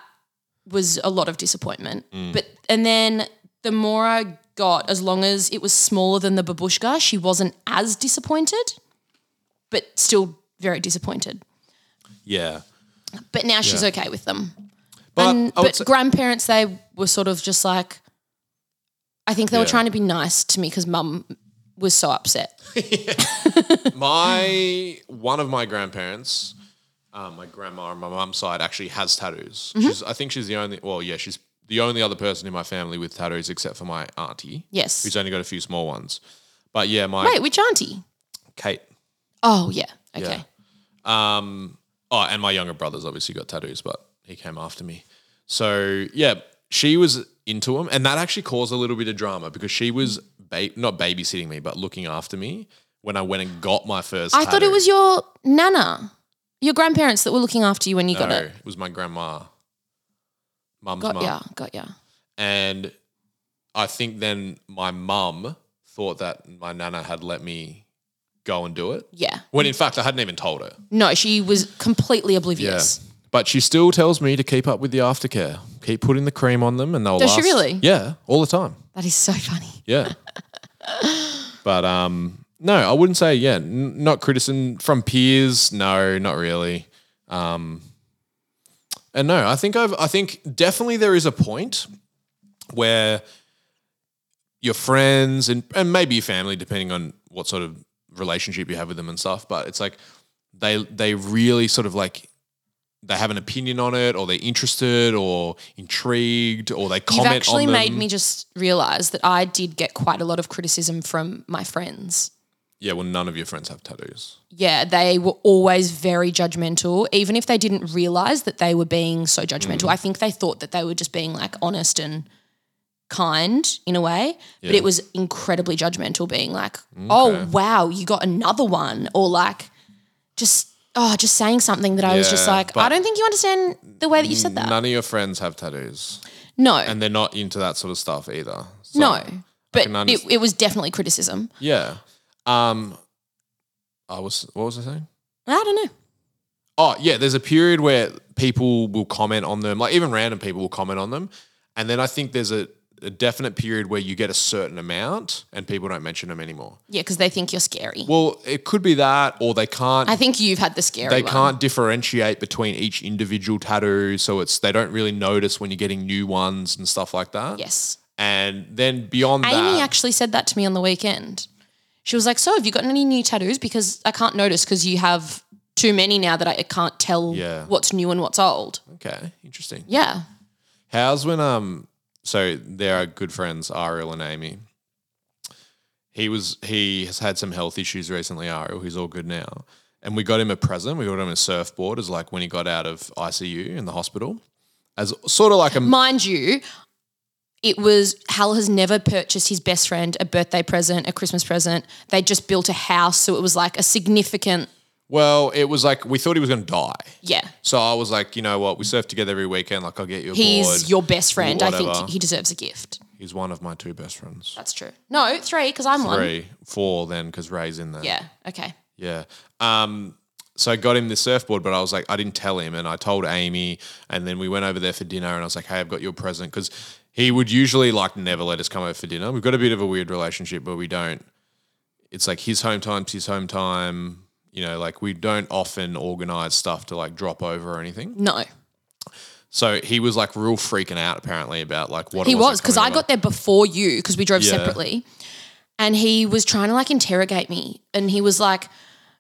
Speaker 1: was a lot of disappointment.
Speaker 2: Mm.
Speaker 1: But and then the more I got, as long as it was smaller than the babushka, she wasn't as disappointed, but still very disappointed.
Speaker 2: yeah.
Speaker 1: But now she's okay with them.
Speaker 2: But,
Speaker 1: and,
Speaker 2: I would
Speaker 1: but
Speaker 2: say-
Speaker 1: grandparents, they were sort of just like, I think they were
Speaker 2: Yeah.
Speaker 1: trying to be nice to me because mum was so upset.
Speaker 2: my one of my grandparents, um, my grandma on my mum's side actually has tattoos.
Speaker 1: Mm-hmm.
Speaker 2: She's I think she's the only well, yeah, she's the only other person in my family with tattoos except for my auntie.
Speaker 1: Yes.
Speaker 2: Who's only got a few small ones. But yeah, my
Speaker 1: Wait, which auntie?
Speaker 2: Kate.
Speaker 1: Oh yeah, okay.
Speaker 2: Yeah. Um oh, and my younger brother's obviously got tattoos, but he came after me. So yeah, she was into him, and that actually caused a little bit of drama because she was ba- not babysitting me, but looking after me when I went and got my first.
Speaker 1: I thought it
Speaker 2: tattoo.
Speaker 1: was your nana, your grandparents that were looking after you when you got
Speaker 2: no,
Speaker 1: it.
Speaker 2: it was my grandma, mum's
Speaker 1: Got
Speaker 2: mum,
Speaker 1: ya, got ya.
Speaker 2: and I think then my mum thought that my nana had let me go and do it
Speaker 1: Yeah.
Speaker 2: when in fact I hadn't even told her.
Speaker 1: No, she was completely oblivious.
Speaker 2: But she still tells me to keep up with the aftercare. Keep putting the cream on them and they'll
Speaker 1: Does she
Speaker 2: last-
Speaker 1: really?
Speaker 2: Yeah, all the time.
Speaker 1: That is so funny.
Speaker 2: Yeah. but um no, I wouldn't say yeah, n- not criticism from peers. No, not really. Um and no, I think I've I think definitely there is a point where your friends and and maybe your family depending on what sort of relationship you have with them and stuff, but it's like they they really sort of like they have an opinion on it or they're interested or intrigued or they comment
Speaker 1: You've actually
Speaker 2: on them.
Speaker 1: made me just realize that I did get quite a lot of criticism from my friends
Speaker 2: Yeah, well, none of your friends have tattoos.
Speaker 1: yeah, they were always very judgmental, even if they didn't realize that they were being so judgmental.
Speaker 2: Mm.
Speaker 1: I think they thought that they were just being like honest and kind in a way, but
Speaker 2: Yeah. Mm,
Speaker 1: it was incredibly judgmental, being like, oh, wow, you got another one, or like just, oh, just saying something that I was just
Speaker 2: Yeah,
Speaker 1: like, I
Speaker 2: but-
Speaker 1: don't think you understand the way that you said that.
Speaker 2: None of your friends have tattoos,
Speaker 1: no,
Speaker 2: and they're not into that sort of stuff either. So,
Speaker 1: no. But
Speaker 2: can
Speaker 1: it,
Speaker 2: underst-
Speaker 1: it was definitely criticism.
Speaker 2: Yeah. Um, I was. What was I saying?
Speaker 1: I don't know.
Speaker 2: Oh yeah, there's a period where people will comment on them, like even random people will comment on them, and then I think there's a, a definite period where you get a certain amount and people don't mention them anymore.
Speaker 1: Yeah, because they think you're scary.
Speaker 2: Well, it could be that, or they can't.
Speaker 1: I think you've had the scary
Speaker 2: they
Speaker 1: one.
Speaker 2: can't differentiate between each individual tattoo, so it's they don't really notice when you're getting new ones and stuff like that.
Speaker 1: Yes.
Speaker 2: And then beyond
Speaker 1: Amy
Speaker 2: that,
Speaker 1: actually said that to me on the weekend. She was like, "So, have you gotten any new tattoos? Because I can't notice because you have too many now that I can't tell
Speaker 2: Yeah.
Speaker 1: what's new and what's old."
Speaker 2: okay, interesting.
Speaker 1: Yeah,
Speaker 2: How's when um so there are good friends, Ariel and Amy. He was he has had some health issues recently, Ariel, he's all good now. And we got him a present, we got him a surfboard as like when he got out of ICU in the hospital. As sort of like a
Speaker 1: mind you, it was Hal has never purchased his best friend a birthday present, a Christmas present. They just built a house, so it was like a significant
Speaker 2: well, it was like we thought he was gonna die.
Speaker 1: yeah.
Speaker 2: So I was like, you know what, we surf together every weekend, like I'll get you a
Speaker 1: He's
Speaker 2: board.
Speaker 1: your best friend. I
Speaker 2: Whatever.
Speaker 1: think he deserves a gift.
Speaker 2: he's one of my two best friends.
Speaker 1: That's true. No, three because I'm one.
Speaker 2: Three, four then, because Ray's in there.
Speaker 1: Yeah. Okay.
Speaker 2: Yeah. Um, so I got him the surfboard, but I was like, I didn't tell him. And I told Amy. And then we went over there for dinner and I was like, hey, I've got your present. Because he would usually like never let us come over for dinner. We've got a bit of a weird relationship where we don't, it's like his home time's his home time. You know, like we don't often organize stuff to like drop over or anything.
Speaker 1: No,
Speaker 2: So he was like real freaking out apparently about like what
Speaker 1: He
Speaker 2: it was
Speaker 1: was
Speaker 2: that
Speaker 1: because
Speaker 2: coming
Speaker 1: I
Speaker 2: over.
Speaker 1: got there before you because we drove
Speaker 2: Yeah.
Speaker 1: separately, and he was trying to like interrogate me, and he was like,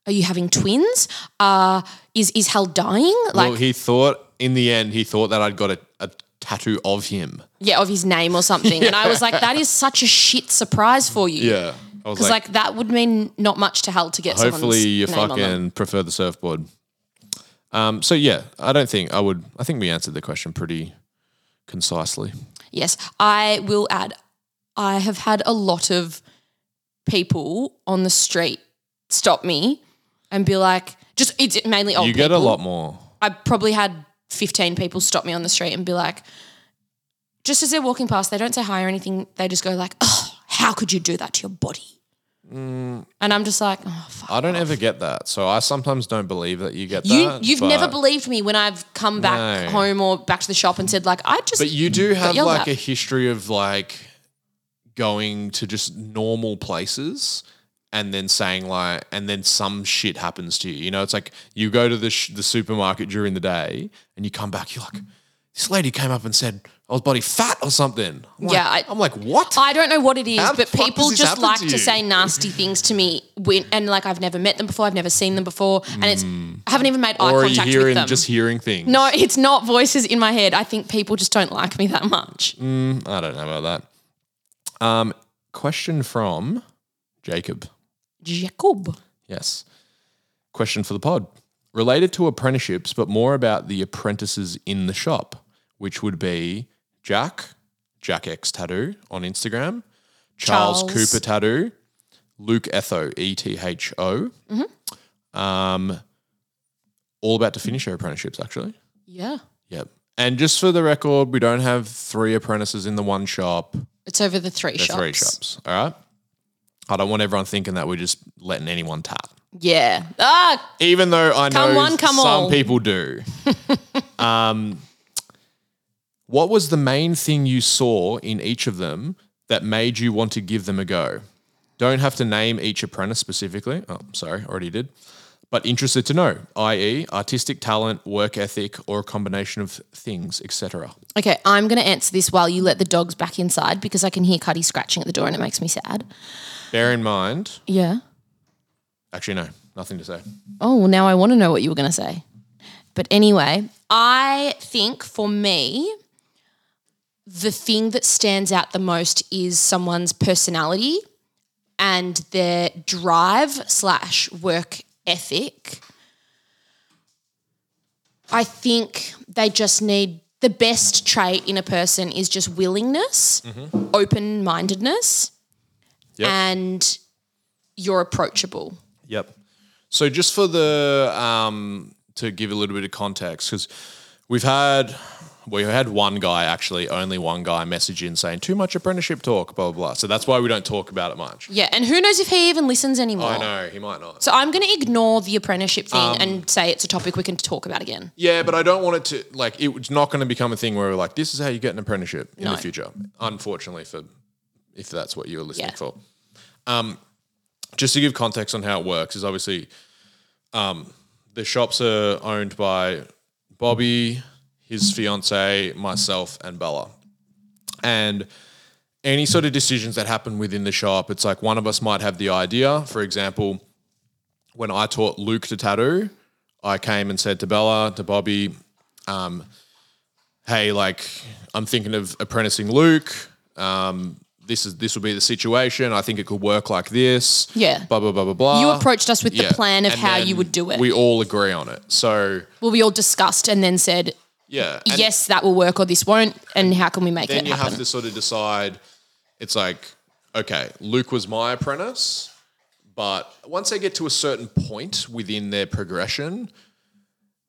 Speaker 1: "Are you having twins? Uh, is is Hal dying? Like,
Speaker 2: Well, he thought in the end, he thought that I'd got a, a tattoo of him.
Speaker 1: yeah, of his name or something." And I was like, "That is such a shit surprise for you."
Speaker 2: Yeah. I was
Speaker 1: Because like, that would mean not much to Hal to get
Speaker 2: Hopefully,
Speaker 1: someone's
Speaker 2: you
Speaker 1: name on them.
Speaker 2: fucking prefer the surfboard. Um, so yeah, I don't think I would. I think we answered the question pretty concisely.
Speaker 1: Yes, I will add. I have had a lot of people on the street stop me and be like, "Just it's mainly old."
Speaker 2: you get a
Speaker 1: Oh, people.
Speaker 2: lot more.
Speaker 1: I probably had 15 people stop me on the street and be like, just as they're walking past, they don't say hi or anything. They just go like, oh, how could you do that to your body?
Speaker 2: Mm.
Speaker 1: And I'm just like, oh, fuck.
Speaker 2: I don't ever get that, so I sometimes don't believe that you get
Speaker 1: You,
Speaker 2: that.
Speaker 1: you've
Speaker 2: but-
Speaker 1: never believed me when I've come back
Speaker 2: No.
Speaker 1: home or back to the shop and said like, I just,
Speaker 2: But you do have
Speaker 1: yelled
Speaker 2: like
Speaker 1: at.
Speaker 2: a history of like going to just normal places and then saying like, and then some shit happens to you. You know, it's like you go to the sh- the supermarket during the day and you come back, you're like, this lady came up and said I was body fat or something. I'm like-
Speaker 1: Yeah, I-
Speaker 2: I'm like, what?
Speaker 1: I don't know what it is,
Speaker 2: How the
Speaker 1: but
Speaker 2: fuck does
Speaker 1: people
Speaker 2: this
Speaker 1: just
Speaker 2: happen
Speaker 1: like
Speaker 2: to
Speaker 1: to,
Speaker 2: you?
Speaker 1: say nasty things to me when, and like, I've never met them before. I've never seen them before. And it's, I haven't even made eye
Speaker 2: or are you
Speaker 1: contact with
Speaker 2: hearing
Speaker 1: them.
Speaker 2: just hearing things?
Speaker 1: no, it's not voices in my head. I think people just don't like me that much.
Speaker 2: I don't know about that. Um, question from Jacob.
Speaker 1: Jacob.
Speaker 2: Yes. Question for the pod. Related to apprenticeships, but more about the apprentices in the shop, which would be Jack, Jack X Tattoo on Instagram, Charles,
Speaker 1: Charles.
Speaker 2: Cooper Tattoo, Luke Etho, E T H O. Um, all about to finish our apprenticeships, actually.
Speaker 1: Yeah.
Speaker 2: Yep. And just for the record, we don't have three apprentices in the one shop.
Speaker 1: It's over the three shops.
Speaker 2: Three shops. All right. I don't want everyone thinking that we're just letting anyone tap.
Speaker 1: Yeah. Ah,
Speaker 2: even though I know
Speaker 1: Come one, come
Speaker 2: some
Speaker 1: all.
Speaker 2: people do. um, what was the main thing you saw in each of them that made you want to give them a go? Don't have to name each apprentice specifically. Oh, sorry, already did. But interested to know, i.e., artistic talent, work ethic, or a combination of things, etc.
Speaker 1: okay. I'm going to answer this while you let the dogs back inside because I can hear Cuddy scratching at the door and it makes me sad.
Speaker 2: Bear in mind,
Speaker 1: Yeah.
Speaker 2: actually, no, nothing to say.
Speaker 1: Oh, well, now I want to know what you were going to say. But anyway, I think for me, the thing that stands out the most is someone's personality and their drive slash work ethic, I think they just need the best trait in a person is just willingness, open mindedness,
Speaker 2: Mm-hmm. Yep.
Speaker 1: and you're approachable.
Speaker 2: Yep. So just for the um, to give a little bit of context, because we've had we had one guy actually, only one guy, message in saying too much apprenticeship talk, blah blah. blah. So that's why we don't talk about it much.
Speaker 1: Yeah, and who knows if he even listens anymore.
Speaker 2: I know he might not.
Speaker 1: So I'm going to ignore the apprenticeship thing
Speaker 2: Um,
Speaker 1: and say it's a topic we can talk about again.
Speaker 2: Yeah, but I don't want it to like it's not going to become a thing where we're like, this is how you get an apprenticeship in
Speaker 1: No.
Speaker 2: the future. Unfortunately, for if that's what you were listening
Speaker 1: Yeah.
Speaker 2: for. Um, just to give context on how it works is obviously, um, the shops are owned by Bobby, his fiance, myself, and Bella, and any sort of decisions that happen within the shop, it's like one of us might have the idea. For example, when I taught Luke to tattoo, I came and said to Bella, to Bobby, um, hey, like I'm thinking of apprenticing Luke. Um, this is this will be the situation. I think it could work like this.
Speaker 1: Yeah.
Speaker 2: Blah blah blah blah blah.
Speaker 1: You approached us with the plan of
Speaker 2: and
Speaker 1: how you
Speaker 2: then
Speaker 1: would do it.
Speaker 2: We all agree on it. So
Speaker 1: Well, we all discussed and then said,
Speaker 2: yeah. And
Speaker 1: yes, that will work or this won't, and how can we make
Speaker 2: then
Speaker 1: it
Speaker 2: you
Speaker 1: happen?
Speaker 2: have to sort of decide. It's like, okay, Luke was my apprentice, but once they get to a certain point within their progression,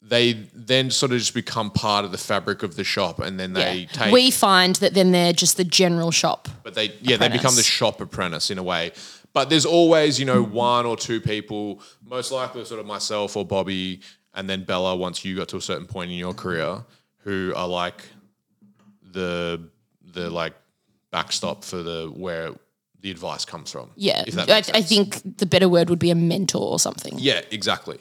Speaker 2: they then sort of just become part of the fabric of the shop, and then they
Speaker 1: Yeah.
Speaker 2: take.
Speaker 1: we find that then they're just the general shop.
Speaker 2: but they, yeah, they become the
Speaker 1: apprentice.
Speaker 2: shop apprentice in a way. But there's always, you know, one or two people, most likely sort of myself or Bobby, and then Bella. Once you got to a certain point in your career, who are like the the like backstop for the where the advice comes from.
Speaker 1: Yeah.
Speaker 2: if that
Speaker 1: I,
Speaker 2: makes
Speaker 1: I
Speaker 2: sense.
Speaker 1: think the better word would be a mentor or something.
Speaker 2: Yeah, exactly.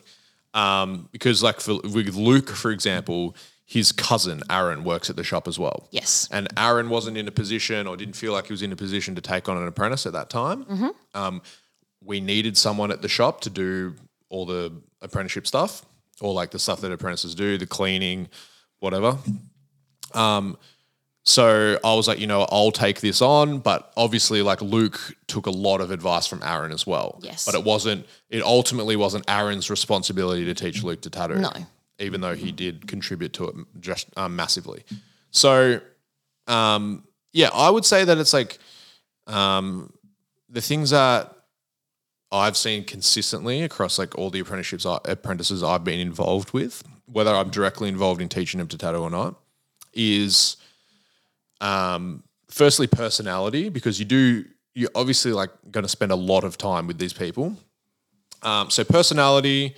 Speaker 2: Um, because like for, with Luke, for example, his cousin Aaron works at the shop as well.
Speaker 1: Yes.
Speaker 2: And Aaron wasn't in a position or didn't feel like he was in a position to take on an apprentice at that time.
Speaker 1: Mm-hmm.
Speaker 2: Um, we needed someone at the shop to do all the apprenticeship stuff or like the stuff that apprentices do, the cleaning, whatever. Um, So I was like, you know, I'll take this on. But obviously, like Luke took a lot of advice from Aaron as well.
Speaker 1: Yes.
Speaker 2: But it wasn't, it ultimately wasn't Aaron's responsibility to teach Luke to tattoo.
Speaker 1: No.
Speaker 2: Even though he did contribute to it just um, massively. So, um, yeah, I would say that it's like um, the things that I've seen consistently across like all the apprenticeships I, apprentices I've been involved with, whether I'm directly involved in teaching them to tattoo or not, is um, firstly personality because you do you're obviously like going to spend a lot of time with these people. Um, so personality,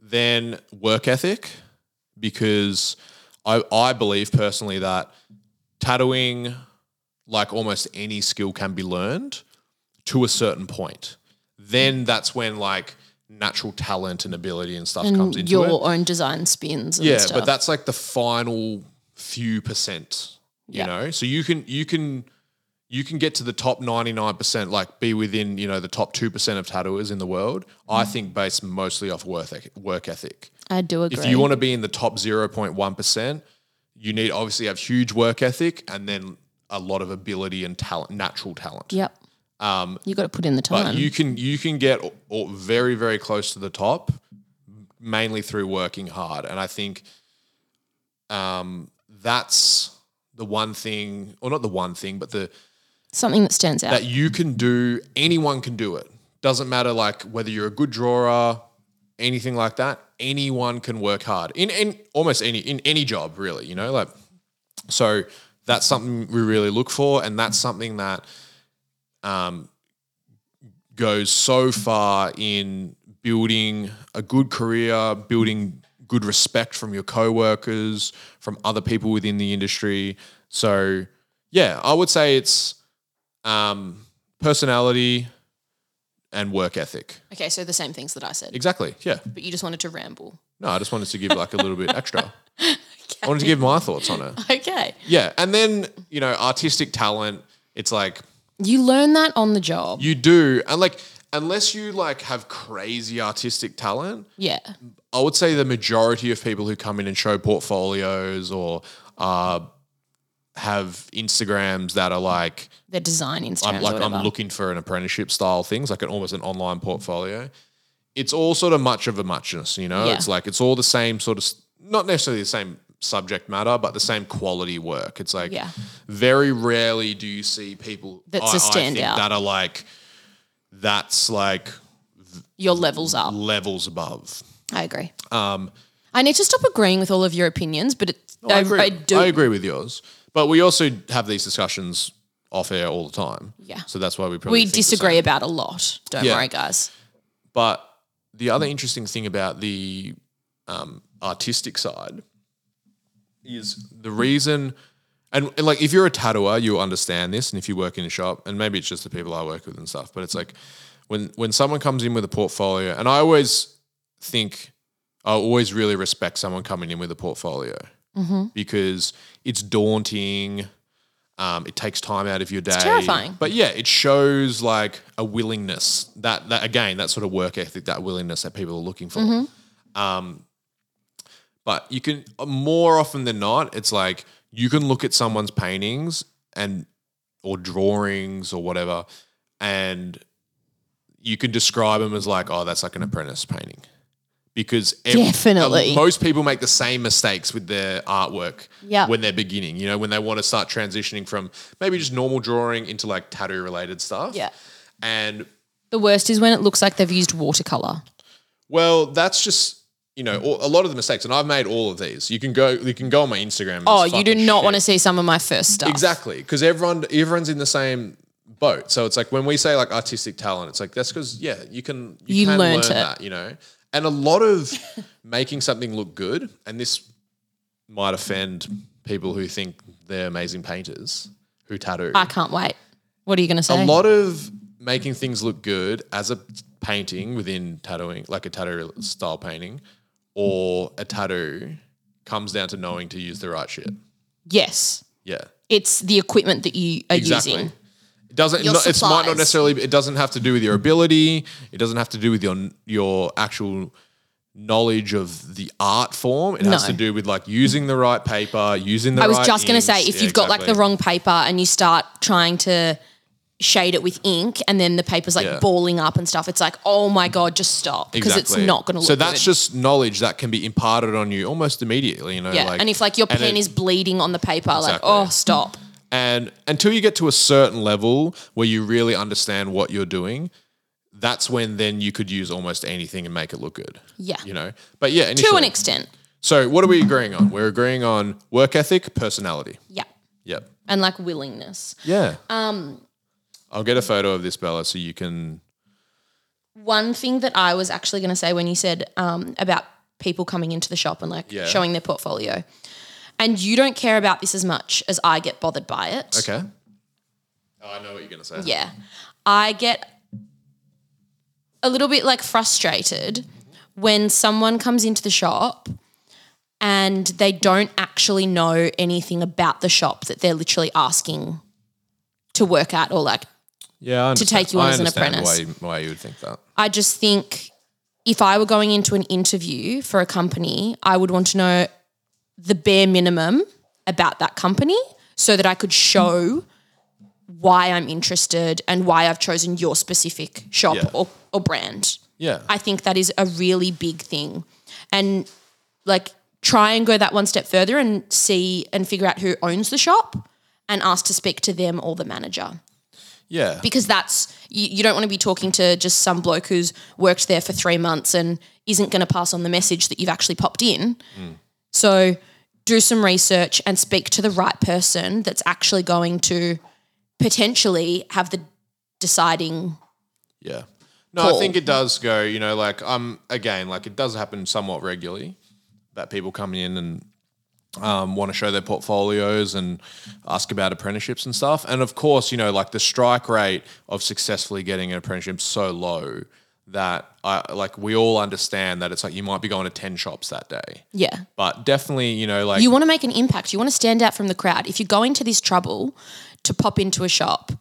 Speaker 2: then work ethic, because I I believe personally that tattooing, like almost any skill, can be learned to a certain point. Then that's when like natural talent and ability and stuff comes into
Speaker 1: Mm, Your
Speaker 2: it.
Speaker 1: own design spins and
Speaker 2: Yeah,
Speaker 1: stuff.
Speaker 2: but that's like the final few percent, you
Speaker 1: Yeah.
Speaker 2: know. So you can you can you can get to the top 99% like be within, you know, the top 2% of tattooers in the world.
Speaker 1: Mm-hmm.
Speaker 2: I think based mostly off work ethic, work ethic.
Speaker 1: I do agree.
Speaker 2: If you want to be in the top 0.1%, you need obviously have huge work ethic and then a lot of ability and talent, natural talent.
Speaker 1: yep. Um, you got to put in the
Speaker 2: But
Speaker 1: time.
Speaker 2: you can you can get o- o- very very close to the top, mainly through working hard. And I think, um, that's the one thing, or not the one thing, but the
Speaker 1: Something that stands out.
Speaker 2: that you can do. Anyone can do it. Doesn't matter like whether you're a good drawer, anything like that. Anyone can work hard in in almost any in any job really. You know, like so that's something we really look for, and that's something that um, goes so far in building a good career, building good respect from your coworkers, from other people within the industry. So, yeah, I would say it's um, personality and work ethic.
Speaker 1: okay, so the same things that I said,
Speaker 2: Exactly. Yeah.
Speaker 1: but you just wanted to ramble.
Speaker 2: No, I just wanted to give like a little bit extra. I wanted to give my thoughts on it.
Speaker 1: Okay.
Speaker 2: Yeah, and then you know, artistic talent. It's like
Speaker 1: You learn that on the job.
Speaker 2: you do, and like unless you like have crazy artistic talent,
Speaker 1: yeah.
Speaker 2: I would say the majority of people who come in and show portfolios or are uh, have Instagrams that are like
Speaker 1: Their design Instagrams.
Speaker 2: I'm like I'm
Speaker 1: looking.
Speaker 2: looking for an apprenticeship style things, like an almost an online portfolio. It's all sort of much of a muchness, you know.
Speaker 1: Yeah.
Speaker 2: It's like it's all the same sort of, s- not necessarily the same subject matter, but the same quality work. It's like
Speaker 1: Yeah.
Speaker 2: very rarely do you see people
Speaker 1: That's a standout.
Speaker 2: that are like that's like
Speaker 1: Your levels up.
Speaker 2: levels above.
Speaker 1: I agree. Um, I need to stop agreeing with all of your opinions, but it's, I,
Speaker 2: I agree.
Speaker 1: I do.
Speaker 2: I agree with yours, but we also have these discussions off air all the time.
Speaker 1: Yeah.
Speaker 2: so that's why we probably
Speaker 1: We
Speaker 2: think the same.
Speaker 1: disagree about a lot. Don't
Speaker 2: Yeah.
Speaker 1: worry, guys.
Speaker 2: But the other interesting thing about the um, artistic side is the reason, and, and like if you're a tattooer, you'll understand this, and if you work in a shop, and maybe it's just the people I work with and stuff, but it's like when when someone comes in with a portfolio, and I always think I always really respect someone coming in with a portfolio because it's daunting. Um, it takes time out of your day.
Speaker 1: terrifying.
Speaker 2: But yeah, it shows like a willingness that, that again, that sort of work ethic, that willingness that people are looking for. Um, But you can uh, more often than not, it's like you can look at someone's paintings and or drawings or whatever, and you can describe them as like, oh, that's like an apprentice painting. Because ev- uh,
Speaker 1: Definitely.
Speaker 2: most people make the same mistakes with their artwork
Speaker 1: Yeah.
Speaker 2: when they're beginning, you know, when they want to start transitioning from maybe just normal drawing into like tattoo related stuff.
Speaker 1: Yeah.
Speaker 2: And
Speaker 1: The worst is when it looks like they've used watercolor.
Speaker 2: Well, that's just you know all, a lot of the mistakes, and I've made all of these. You can go, you can go on my Instagram. and
Speaker 1: Oh,
Speaker 2: there's
Speaker 1: you do
Speaker 2: fucking
Speaker 1: not
Speaker 2: shit.
Speaker 1: want to see some of my first stuff.
Speaker 2: exactly because everyone, everyone's in the same boat. So it's like when we say like artistic talent, it's like that's because yeah, you can you,
Speaker 1: You
Speaker 2: can learn
Speaker 1: learnt it.
Speaker 2: that, you know. And a lot of making something look good, and this might offend people who think they're amazing painters who tattoo.
Speaker 1: I can't wait. What are you going to say?
Speaker 2: A lot of making things look good as a painting within tattooing, like a tattoo style painting or a tattoo, comes down to knowing to use the right shit.
Speaker 1: Yes.
Speaker 2: Yeah,
Speaker 1: It's the equipment that you are using.
Speaker 2: It doesn't.
Speaker 1: Your
Speaker 2: no- it's might
Speaker 1: supplies.
Speaker 2: not necessarily. It doesn't have to do with your ability. It doesn't have to do with your your actual knowledge of the art form. It has
Speaker 1: No.
Speaker 2: to do with like using the right paper, using the.
Speaker 1: I was
Speaker 2: right
Speaker 1: just going to
Speaker 2: inks.
Speaker 1: say, if
Speaker 2: Yeah,
Speaker 1: you've got like
Speaker 2: exactly.
Speaker 1: the wrong paper and you start trying to shade it with ink and then the paper's like
Speaker 2: Yeah.
Speaker 1: balling up and stuff, it's like, oh my God, just stop because it's not going to look
Speaker 2: So that's
Speaker 1: good.
Speaker 2: just knowledge that can be imparted on you almost immediately. You know,
Speaker 1: Yeah,
Speaker 2: like,
Speaker 1: and if like your
Speaker 2: and
Speaker 1: pen
Speaker 2: it-
Speaker 1: is bleeding on the paper, like
Speaker 2: Exactly.
Speaker 1: oh stop.
Speaker 2: and until you get to a certain level where you really understand what you're doing, that's when then you could use almost anything and make it look good.
Speaker 1: Yeah.
Speaker 2: you know, but yeah,
Speaker 1: To
Speaker 2: initially.
Speaker 1: an extent,
Speaker 2: so what are we agreeing on? We're agreeing on work ethic, personality.
Speaker 1: yeah,
Speaker 2: Yep.
Speaker 1: and like willingness.
Speaker 2: Yeah. Um, I'll get a photo of this Bella so you can.
Speaker 1: One thing that I was actually going to say when you said um, about people coming into the shop and like
Speaker 2: Yeah.
Speaker 1: showing their portfolio, and you don't care about this as much as I get bothered by it.
Speaker 2: Okay. Oh, I know what you're gonna say.
Speaker 1: Yeah. I get a little bit like frustrated when someone comes into the shop and they don't actually know anything about the shop that they're literally asking to work at or like
Speaker 2: Yeah. I to
Speaker 1: take you on as an apprentice.
Speaker 2: Why, you- why you would think that?
Speaker 1: I just think if I were going into an interview for a company, I would want to know the bare minimum about that company so that I could show why I'm interested and why I've chosen your specific shop
Speaker 2: Yeah.
Speaker 1: or, or brand.
Speaker 2: Yeah.
Speaker 1: I think that is a really big thing. And like try and go that one step further and see and figure out who owns the shop and ask to speak to them or the manager
Speaker 2: yeah.
Speaker 1: because that's you, you don't want to be talking to just some bloke who's worked there for three months and isn't going to pass on the message that you've actually popped in.
Speaker 2: Hmm.
Speaker 1: So do some research and speak to the right person that's actually going to potentially have the deciding.
Speaker 2: Yeah. No, I
Speaker 1: call.
Speaker 2: think it does go, you know, like um again, like it does happen somewhat regularly that people come in and um, want to show their portfolios and ask about apprenticeships and stuff. And of course, you know, like the strike rate of successfully getting an apprenticeship is so low that I like we all understand that it's like you might be going to 10 shops that day.
Speaker 1: Yeah.
Speaker 2: But definitely, you know, like
Speaker 1: You want to make an impact. You want to stand out from the crowd. If you're going to this trouble to pop into a shop,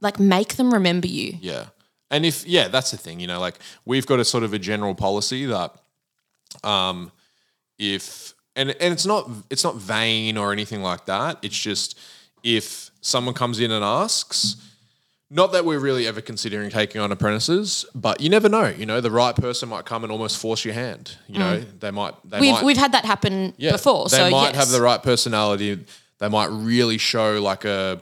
Speaker 1: like make them remember you.
Speaker 2: Yeah. And if yeah, that's the thing, you know, like we've got a sort of a general policy that um if and and it's not it's not vain or anything like that. It's just if someone comes in and asks, not that we're really ever considering taking on apprentices, but you never know. You know, the right person might come and almost force your hand. You know, they might they
Speaker 1: We've
Speaker 2: might
Speaker 1: we've had that happen
Speaker 2: yeah,
Speaker 1: before.
Speaker 2: They
Speaker 1: so
Speaker 2: might
Speaker 1: yes.
Speaker 2: have the right personality. They might really show like a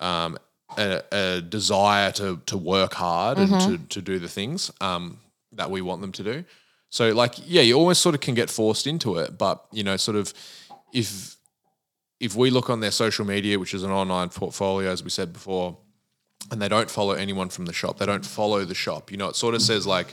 Speaker 2: um, a, a desire to to work hard
Speaker 1: Mm-hmm.
Speaker 2: and to, to do the things um, that we want them to do. So like yeah, you always sort of can get forced into it, but you know, sort of if if we look on their social media, which is an online portfolio, as we said before, and they don't follow anyone from the shop, they don't follow the shop. You know, it sort of says like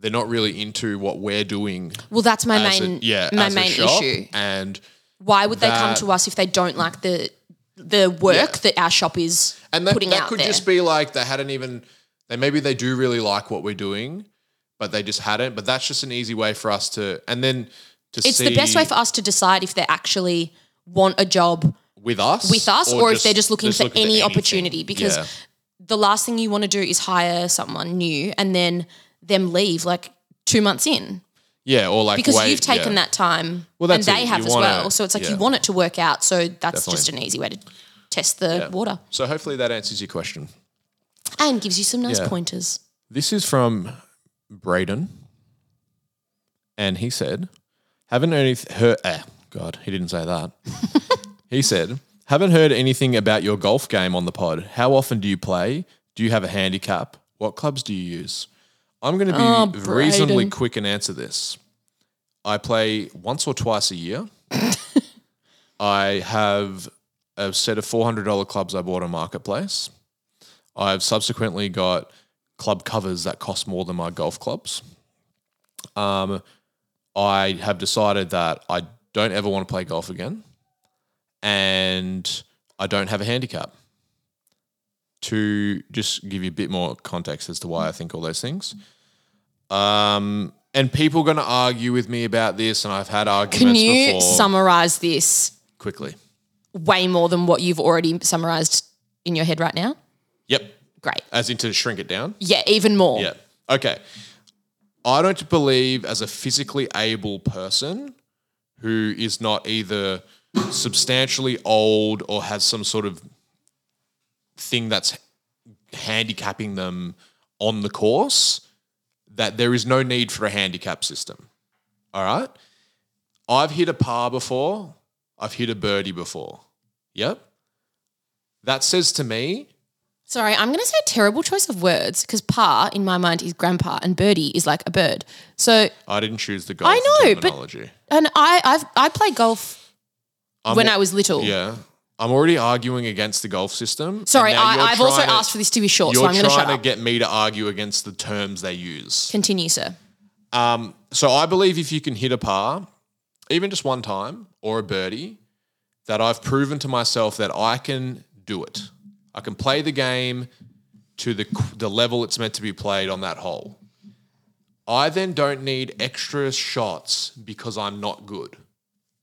Speaker 2: they're not really into what we're doing
Speaker 1: well, that's my
Speaker 2: as a-
Speaker 1: main
Speaker 2: yeah,
Speaker 1: my
Speaker 2: as a
Speaker 1: main
Speaker 2: shop,
Speaker 1: issue.
Speaker 2: And
Speaker 1: Why would they come
Speaker 2: that-
Speaker 1: to us if they don't like the the work that our shop is
Speaker 2: and that,
Speaker 1: putting
Speaker 2: that
Speaker 1: out
Speaker 2: could
Speaker 1: there?
Speaker 2: just be like they hadn't even they maybe they do really like what we're doing, but they just hadn't. But that's just an easy way for us to and then to
Speaker 1: it's
Speaker 2: see
Speaker 1: the best way for us to decide if they actually want a job
Speaker 2: with us
Speaker 1: with us or, if they're just looking for any
Speaker 2: anything.
Speaker 1: opportunity because
Speaker 2: Yeah.
Speaker 1: the last thing you want to do is hire someone new and then them leave like two months in
Speaker 2: yeah or like
Speaker 1: because
Speaker 2: wait-
Speaker 1: you've taken
Speaker 2: yeah.
Speaker 1: that time
Speaker 2: Well,
Speaker 1: and
Speaker 2: that's
Speaker 1: they
Speaker 2: it.
Speaker 1: have
Speaker 2: You
Speaker 1: as
Speaker 2: wanna-
Speaker 1: well so it's like
Speaker 2: yeah.
Speaker 1: you want it to work out so that's just
Speaker 2: Definitely.
Speaker 1: an easy way to test the water
Speaker 2: So hopefully that answers your question.
Speaker 1: and gives you some nice
Speaker 2: Yeah.
Speaker 1: pointers
Speaker 2: This is from Braden, and he said, "Haven't heard anyth- heard- eh, God, he didn't say that. he said, "Haven't heard anything about your golf game on the pod. How often do you play? Do you have a handicap? What clubs do you use?" I'm going to be
Speaker 1: Braden.
Speaker 2: reasonably quick and answer this. I play once or twice a year. I have a set of $400 clubs I bought on Marketplace. I've subsequently got club covers that cost more than my golf clubs. Um, I have decided that I don't ever want to play golf again, and I don't have a handicap. To just give you a bit more context as to why I think all those things. Um, and people are going to argue with me about this, and I've had arguments
Speaker 1: can you
Speaker 2: before.
Speaker 1: summarize this
Speaker 2: quickly.
Speaker 1: way more than what you've already summarized in your head right now
Speaker 2: Yep,
Speaker 1: great
Speaker 2: as in to shrink it down.
Speaker 1: yeah even more
Speaker 2: Yeah. Okay. I don't believe as a physically able person who is not either substantially old or has some sort of thing that's handicapping them on the course that there is no need for a handicap system. All right? I've hit a par before. I've hit a birdie before. Yep. That says to me
Speaker 1: Sorry, I'm going to say terrible choice of words because pa in my mind is grandpa and birdie is like a bird. So,
Speaker 2: I didn't choose the golf
Speaker 1: I know, but-
Speaker 2: terminology.
Speaker 1: and I I've, I play golf
Speaker 2: I'm
Speaker 1: when
Speaker 2: al-
Speaker 1: I was little.
Speaker 2: Yeah. I'm already arguing against the golf system.
Speaker 1: Sorry,
Speaker 2: and now you're
Speaker 1: I, I've also
Speaker 2: trying to-
Speaker 1: asked for this to be short,
Speaker 2: You're
Speaker 1: so I'm going to
Speaker 2: trying
Speaker 1: shut
Speaker 2: to
Speaker 1: up.
Speaker 2: get me to argue against the terms they use.
Speaker 1: Continue, sir.
Speaker 2: Um, so I believe if you can hit a par, even just one time or a birdie, that I've proven to myself that I can do it. I can play the game to the qu- the level it's meant to be played on that hole. I then don't need extra shots because I'm not good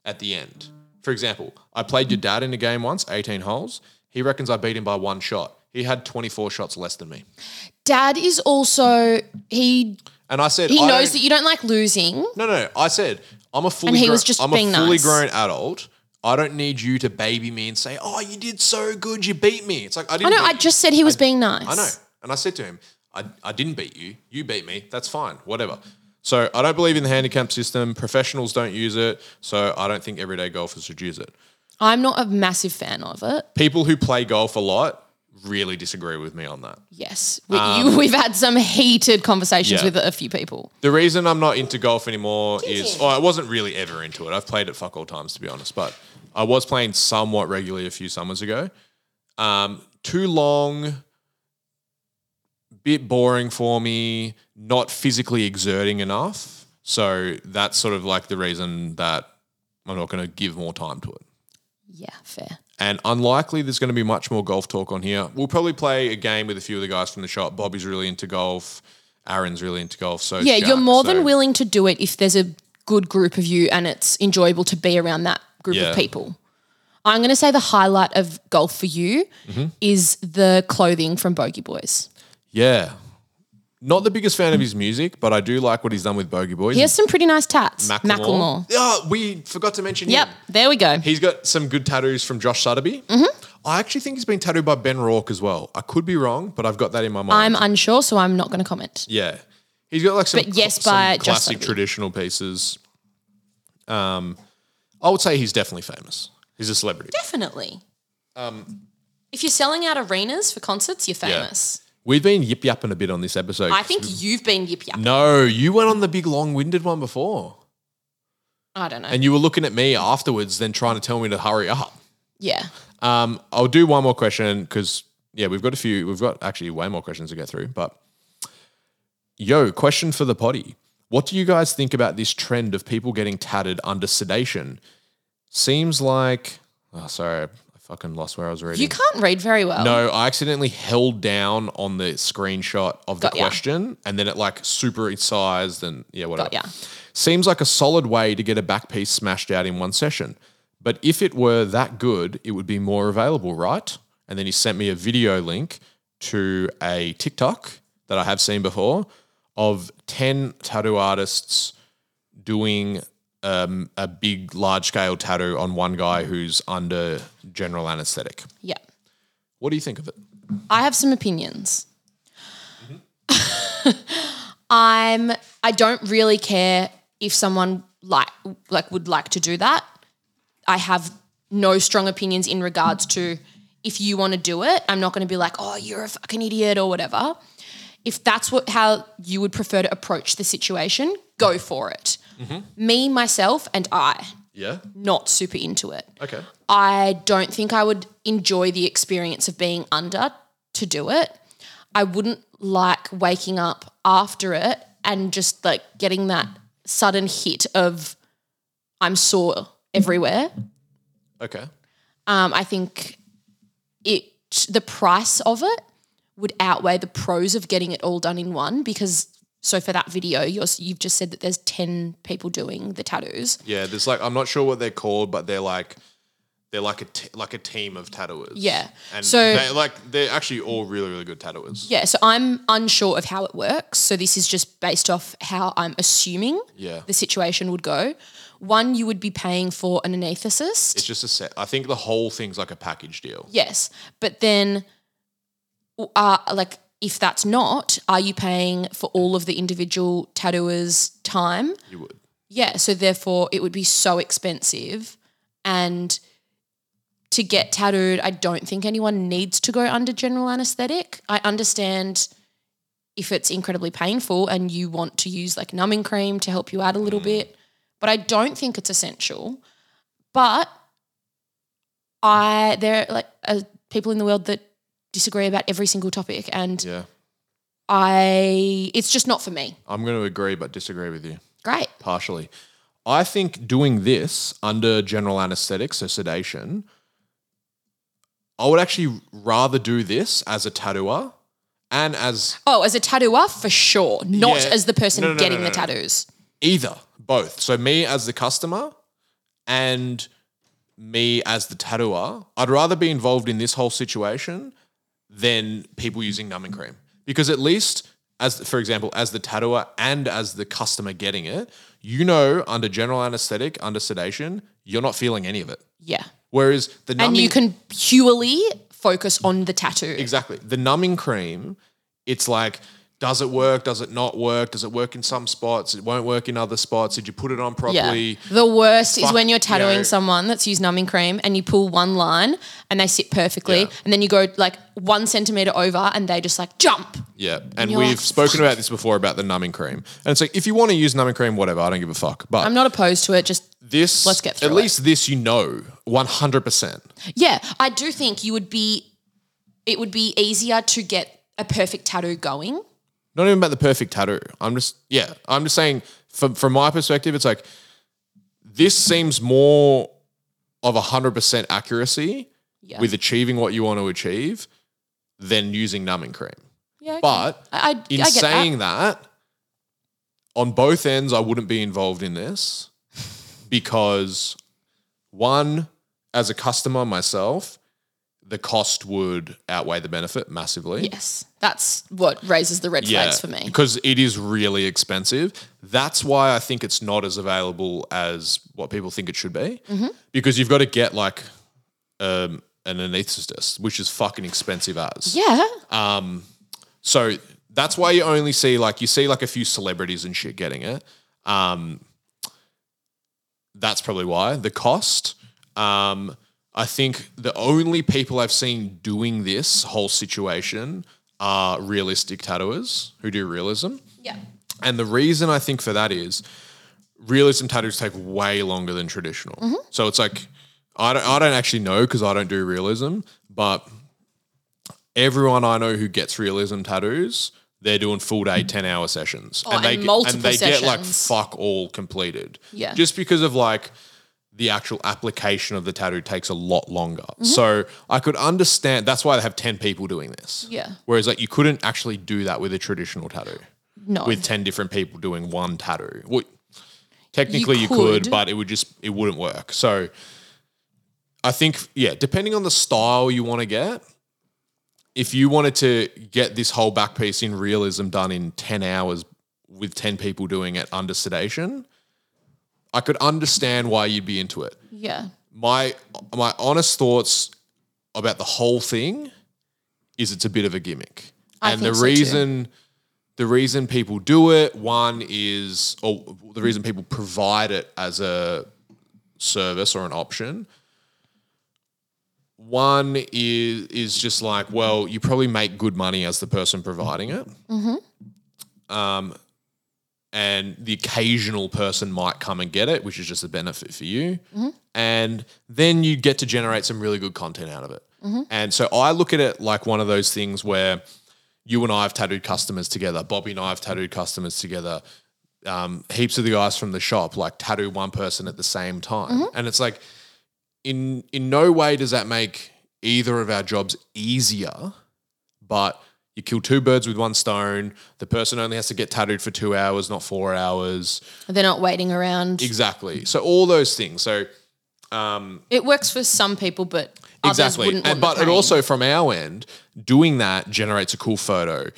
Speaker 2: at the end. For example, I played your dad in a game once, 18 holes. He reckons I beat him by one shot. He had 24 shots less than me.
Speaker 1: Dad is also he
Speaker 2: And I said,
Speaker 1: he
Speaker 2: I
Speaker 1: knows
Speaker 2: don't-
Speaker 1: that you don't like losing.
Speaker 2: No, no. I said I'm a fully.
Speaker 1: And he
Speaker 2: grown,
Speaker 1: was just
Speaker 2: I'm
Speaker 1: being
Speaker 2: a fully
Speaker 1: nice.
Speaker 2: grown adult. I don't need you to baby me and say, "Oh, you did so good. You beat me." It's like I
Speaker 1: I
Speaker 2: didn't.
Speaker 1: know. I
Speaker 2: beat-
Speaker 1: just said he was being nice.
Speaker 2: I know. And I said to him, I, I didn't beat you. You beat me. That's fine. Whatever. So I don't believe in the handicap system. Professionals don't use it. So I don't think everyday golfers should use it.
Speaker 1: I'm not a massive fan of it.
Speaker 2: People who play golf a lot really disagree with me on that.
Speaker 1: Yes, we, you, we've had some heated conversations
Speaker 2: Um, Yeah.
Speaker 1: with a few people.
Speaker 2: The reason I'm not into golf anymore is, oh, I wasn't really ever into it. I've played it fuck all times, to be honest, but I was playing somewhat regularly a few summers ago. Um, too long, bit boring for me, not physically exerting enough. So that's sort of like the reason that I'm not going to give more time to it.
Speaker 1: Yeah, fair.
Speaker 2: And unlikely there's going to be much more golf talk on here. We'll probably play a game with a few of the guys from the shop. Bobby's really into golf. Aaron's really into golf. So
Speaker 1: Yeah, you're more
Speaker 2: willing.
Speaker 1: than willing to do it if there's a good group of you and it's enjoyable to be around that group
Speaker 2: Yeah.
Speaker 1: of people. I'm going to say the highlight of
Speaker 2: Mm-hmm.
Speaker 1: golf for you is the clothing from Bogey Boys.
Speaker 2: Yeah. Not the biggest fan of his music, but I do like what he's done with Bogey Boys.
Speaker 1: He has some pretty nice tats. Macklemore.
Speaker 2: Oh, we forgot to mention
Speaker 1: Yep,
Speaker 2: him.
Speaker 1: there we go.
Speaker 2: He's got some good tattoos from Josh Sutterby.
Speaker 1: Mm-hmm.
Speaker 2: I actually think he's been tattooed by Ben Rourke as well. I could be wrong, but I've got that in my mind.
Speaker 1: I'm unsure, so I'm not going to comment.
Speaker 2: yeah. He's got like some,
Speaker 1: But yes,
Speaker 2: some
Speaker 1: by Josh
Speaker 2: classic
Speaker 1: Sutterby.
Speaker 2: traditional pieces. Um, I would say he's definitely famous. He's a celebrity.
Speaker 1: Definitely. if you're selling out arenas for concerts, you're
Speaker 2: Um, Yeah.
Speaker 1: famous.
Speaker 2: We've been yip yapping a bit on this episode.
Speaker 1: I think you've been yip yap.
Speaker 2: No, you went on the big long winded one before.
Speaker 1: I don't know.
Speaker 2: And you were looking at me afterwards, then trying to tell me to hurry up.
Speaker 1: yeah.
Speaker 2: Um, I'll do one more question because yeah, we've got a few. We've got actually way more questions to get through. But yo, question for the potty: What do you guys think about this trend of people getting tatted under sedation? Seems like oh, sorry, I fucking lost where I was reading.
Speaker 1: You can't read very well.
Speaker 2: no, I accidentally held down on the screenshot of the
Speaker 1: Got ya.
Speaker 2: question, and then it like supersized and yeah, whatever.
Speaker 1: Got ya.
Speaker 2: Seems like a solid way to get a back piece smashed out in one session. But if it were that good, it would be more available, right? And then he sent me a video link to a TikTok that I have seen before of 10 tattoo artists doing um, a big, large scale tattoo on one guy who's under general anesthetic.
Speaker 1: Yeah.
Speaker 2: What do you think of it?
Speaker 1: I have some opinions. I'm- I don't really care if someone like like would like to do that. I have no strong opinions in regards to if you want to do it. I'm not going to be like, "Oh, you're a fucking idiot" or whatever. If that's what how you would prefer to approach the situation, go for it. Me, myself, and I
Speaker 2: Yeah.
Speaker 1: not super into it.
Speaker 2: Okay.
Speaker 1: I don't think I would enjoy the experience of being under to do it. I wouldn't like waking up after it and just like getting that sudden hit of I'm sore everywhere.
Speaker 2: Okay.
Speaker 1: Um, I think it the price of it would outweigh the pros of getting it all done in one because so for that video you're, you've just said that there's 10 people doing the tattoos
Speaker 2: Yeah, there's like I'm not sure what they're called, but they're like they're like a t- like a team of tattooers.
Speaker 1: Yeah.
Speaker 2: and
Speaker 1: So-
Speaker 2: they like they're actually all really really good tattooers.
Speaker 1: Yeah, so I'm unsure of how it works. So this is just based off how I'm assuming
Speaker 2: Yeah.
Speaker 1: the situation would go. One, you would be paying for an anaesthetist.
Speaker 2: It's just a set. I think the whole thing's like a package deal.
Speaker 1: yes, but then, uh, like, if that's not, are you paying for all of the individual tattooers' time?
Speaker 2: You would.
Speaker 1: Yeah, so therefore it would be so expensive. And to get tattooed, I don't think anyone needs to go under general anesthetic. I understand if it's incredibly painful and you want to use like numbing cream to help you out a little bit, but I don't think it's essential. But I there are like uh, people in the world that disagree about every single topic and
Speaker 2: Yeah,
Speaker 1: I it's just not for me.
Speaker 2: I'm going to agree but disagree with you
Speaker 1: Great.
Speaker 2: partially. I think doing this under general anesthetic, so sedation, I would actually rather do this as a tattooer and as
Speaker 1: Oh, as a tattooer for sure, not
Speaker 2: Yeah.
Speaker 1: as the person
Speaker 2: No, no, no,
Speaker 1: getting the
Speaker 2: no, no.
Speaker 1: tattoos.
Speaker 2: either both so me as the customer and me as the tattooer i'd rather be involved in this whole situation than people using numbing cream because at least as for example as the tattooer and as the customer getting it you know under general anesthetic under sedation you're not feeling any of it
Speaker 1: Yeah.
Speaker 2: whereas the numbing
Speaker 1: And you can purely focus on the tattoo.
Speaker 2: Exactly. The numbing cream, it's like, does it work? Does it not work? Does it work in some spots? It won't work in other spots. Did you put it on
Speaker 1: Yeah.
Speaker 2: properly?
Speaker 1: The worst is
Speaker 2: Fuck,
Speaker 1: when
Speaker 2: you
Speaker 1: you're tattooing
Speaker 2: know.
Speaker 1: someone that's used numbing cream and you pull one line and they sit perfectly
Speaker 2: Yeah.
Speaker 1: and then you go like one centimeter over and they just like jump.
Speaker 2: Yeah. And
Speaker 1: you're
Speaker 2: we've
Speaker 1: like,
Speaker 2: spoken about this before about the numbing cream. And it's like, if you want to use numbing cream, whatever, I don't give a fuck. But
Speaker 1: I'm not opposed to it. Just
Speaker 2: this,
Speaker 1: Let's get
Speaker 2: at
Speaker 1: through it.
Speaker 2: least this, you know, 100%.
Speaker 1: yeah, I do think you would be, it would be easier to get a perfect tattoo going.
Speaker 2: Not even about the perfect tattoo. I'm just, yeah, I'm just saying from, from my perspective, it's like, this seems more of 100% accuracy
Speaker 1: Yeah.
Speaker 2: with achieving what you want to achieve than using numbing cream.
Speaker 1: yeah. okay.
Speaker 2: But
Speaker 1: I, I,
Speaker 2: in
Speaker 1: I get that.
Speaker 2: saying that. on both ends, I wouldn't be involved in this because one, as a customer myself, the cost would outweigh the benefit massively.
Speaker 1: Yes, that's what raises the red flags for me.
Speaker 2: Because it is really expensive. That's why I think it's not as available as what people think it should be.
Speaker 1: Mm-hmm.
Speaker 2: Because you've got to get like um, an anesthetist, which is fucking expensive as.
Speaker 1: Yeah,
Speaker 2: So that's why you only see like you see like a few celebrities and shit getting it. Um, that's probably why the cost. Um, I think the only people I've seen doing this whole situation are realistic tattooers who do realism.
Speaker 1: yeah,
Speaker 2: And the reason I think for that is realism tattoos take way longer than traditional.
Speaker 1: Mm-hmm.
Speaker 2: So it's like I don't I don't actually know because I don't do realism, but everyone I know who gets realism tattoos, they're doing full day 10 hour sessions.
Speaker 1: Mm-hmm. Oh, and
Speaker 2: get-
Speaker 1: multiple
Speaker 2: they get like
Speaker 1: sessions.
Speaker 2: fuck all completed.
Speaker 1: Yeah.
Speaker 2: Just because of like the actual application of the tattoo takes a lot longer.
Speaker 1: Mm-hmm.
Speaker 2: So I could understand that's why they have 10 people doing this.
Speaker 1: Yeah.
Speaker 2: Whereas like you couldn't actually do that with a traditional tattoo
Speaker 1: no,
Speaker 2: with 10 different people doing one tattoo. Well, technically you, could.
Speaker 1: could.
Speaker 2: but it would just it wouldn't work. So I think yeah, depending on the style you want to get, if you wanted to get this whole back piece in realism done in 10 hours with 10 people doing it under sedation, I could understand why you'd be into it
Speaker 1: yeah,
Speaker 2: my my honest thoughts about the whole thing is it's a bit of a gimmick.
Speaker 1: I
Speaker 2: and
Speaker 1: think
Speaker 2: the
Speaker 1: so too.
Speaker 2: reason the reason people do it, one is or the reason people provide it as a service or an option. One is is just like, well, you probably make good money as the person providing it. Um, and the occasional person might come and get it, which is just a benefit for you. And then you get to generate some really good content out of it. And so I look at it like one of those things where you and I have tattooed customers together, Bobby and I have tattooed customers together, um, heaps of the guys from the shop like tattoo one person at the same time. And it's like, in in no way does that make either of our jobs easier, but you kill two birds with one stone. The person only has to get tattooed for two hours, not four hours.
Speaker 1: they're not waiting around.
Speaker 2: Exactly. So all those things. So
Speaker 1: It works for some people, but others
Speaker 2: exactly.
Speaker 1: wouldn't want
Speaker 2: And,
Speaker 1: the
Speaker 2: but it
Speaker 1: pain.
Speaker 2: also from our end, doing that generates a cool photo.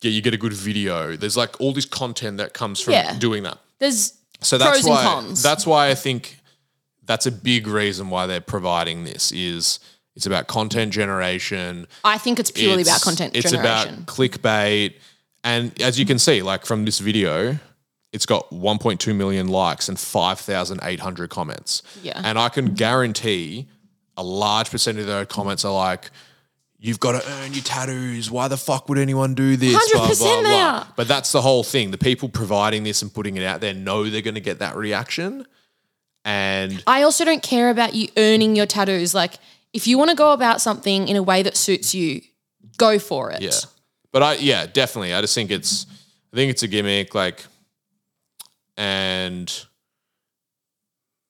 Speaker 2: Yeah, you get a good video. There's like all this content that comes from
Speaker 1: Yeah.
Speaker 2: doing that.
Speaker 1: there's
Speaker 2: So that's
Speaker 1: pros
Speaker 2: why
Speaker 1: and cons.
Speaker 2: that's why I think that's a big reason why they're providing this is it's about content generation.
Speaker 1: I think it's purely about content
Speaker 2: it's
Speaker 1: generation.
Speaker 2: about clickbait. And as you can see, like from this video, it's got 1.2 million likes and 5,800 comments.
Speaker 1: Yeah.
Speaker 2: And I can guarantee a large percentage of those comments are like, You've got to earn your tattoos. Why the fuck would anyone do this?
Speaker 1: 100% they are.
Speaker 2: But that's the whole thing. The people providing this and putting it out there know they're going to get that reaction. And
Speaker 1: I also don't care about you earning your tattoos. Like, if you want to go about something in a way that suits you, go for it.
Speaker 2: Yeah. But I yeah, definitely. I just think it's I think it's a gimmick, like and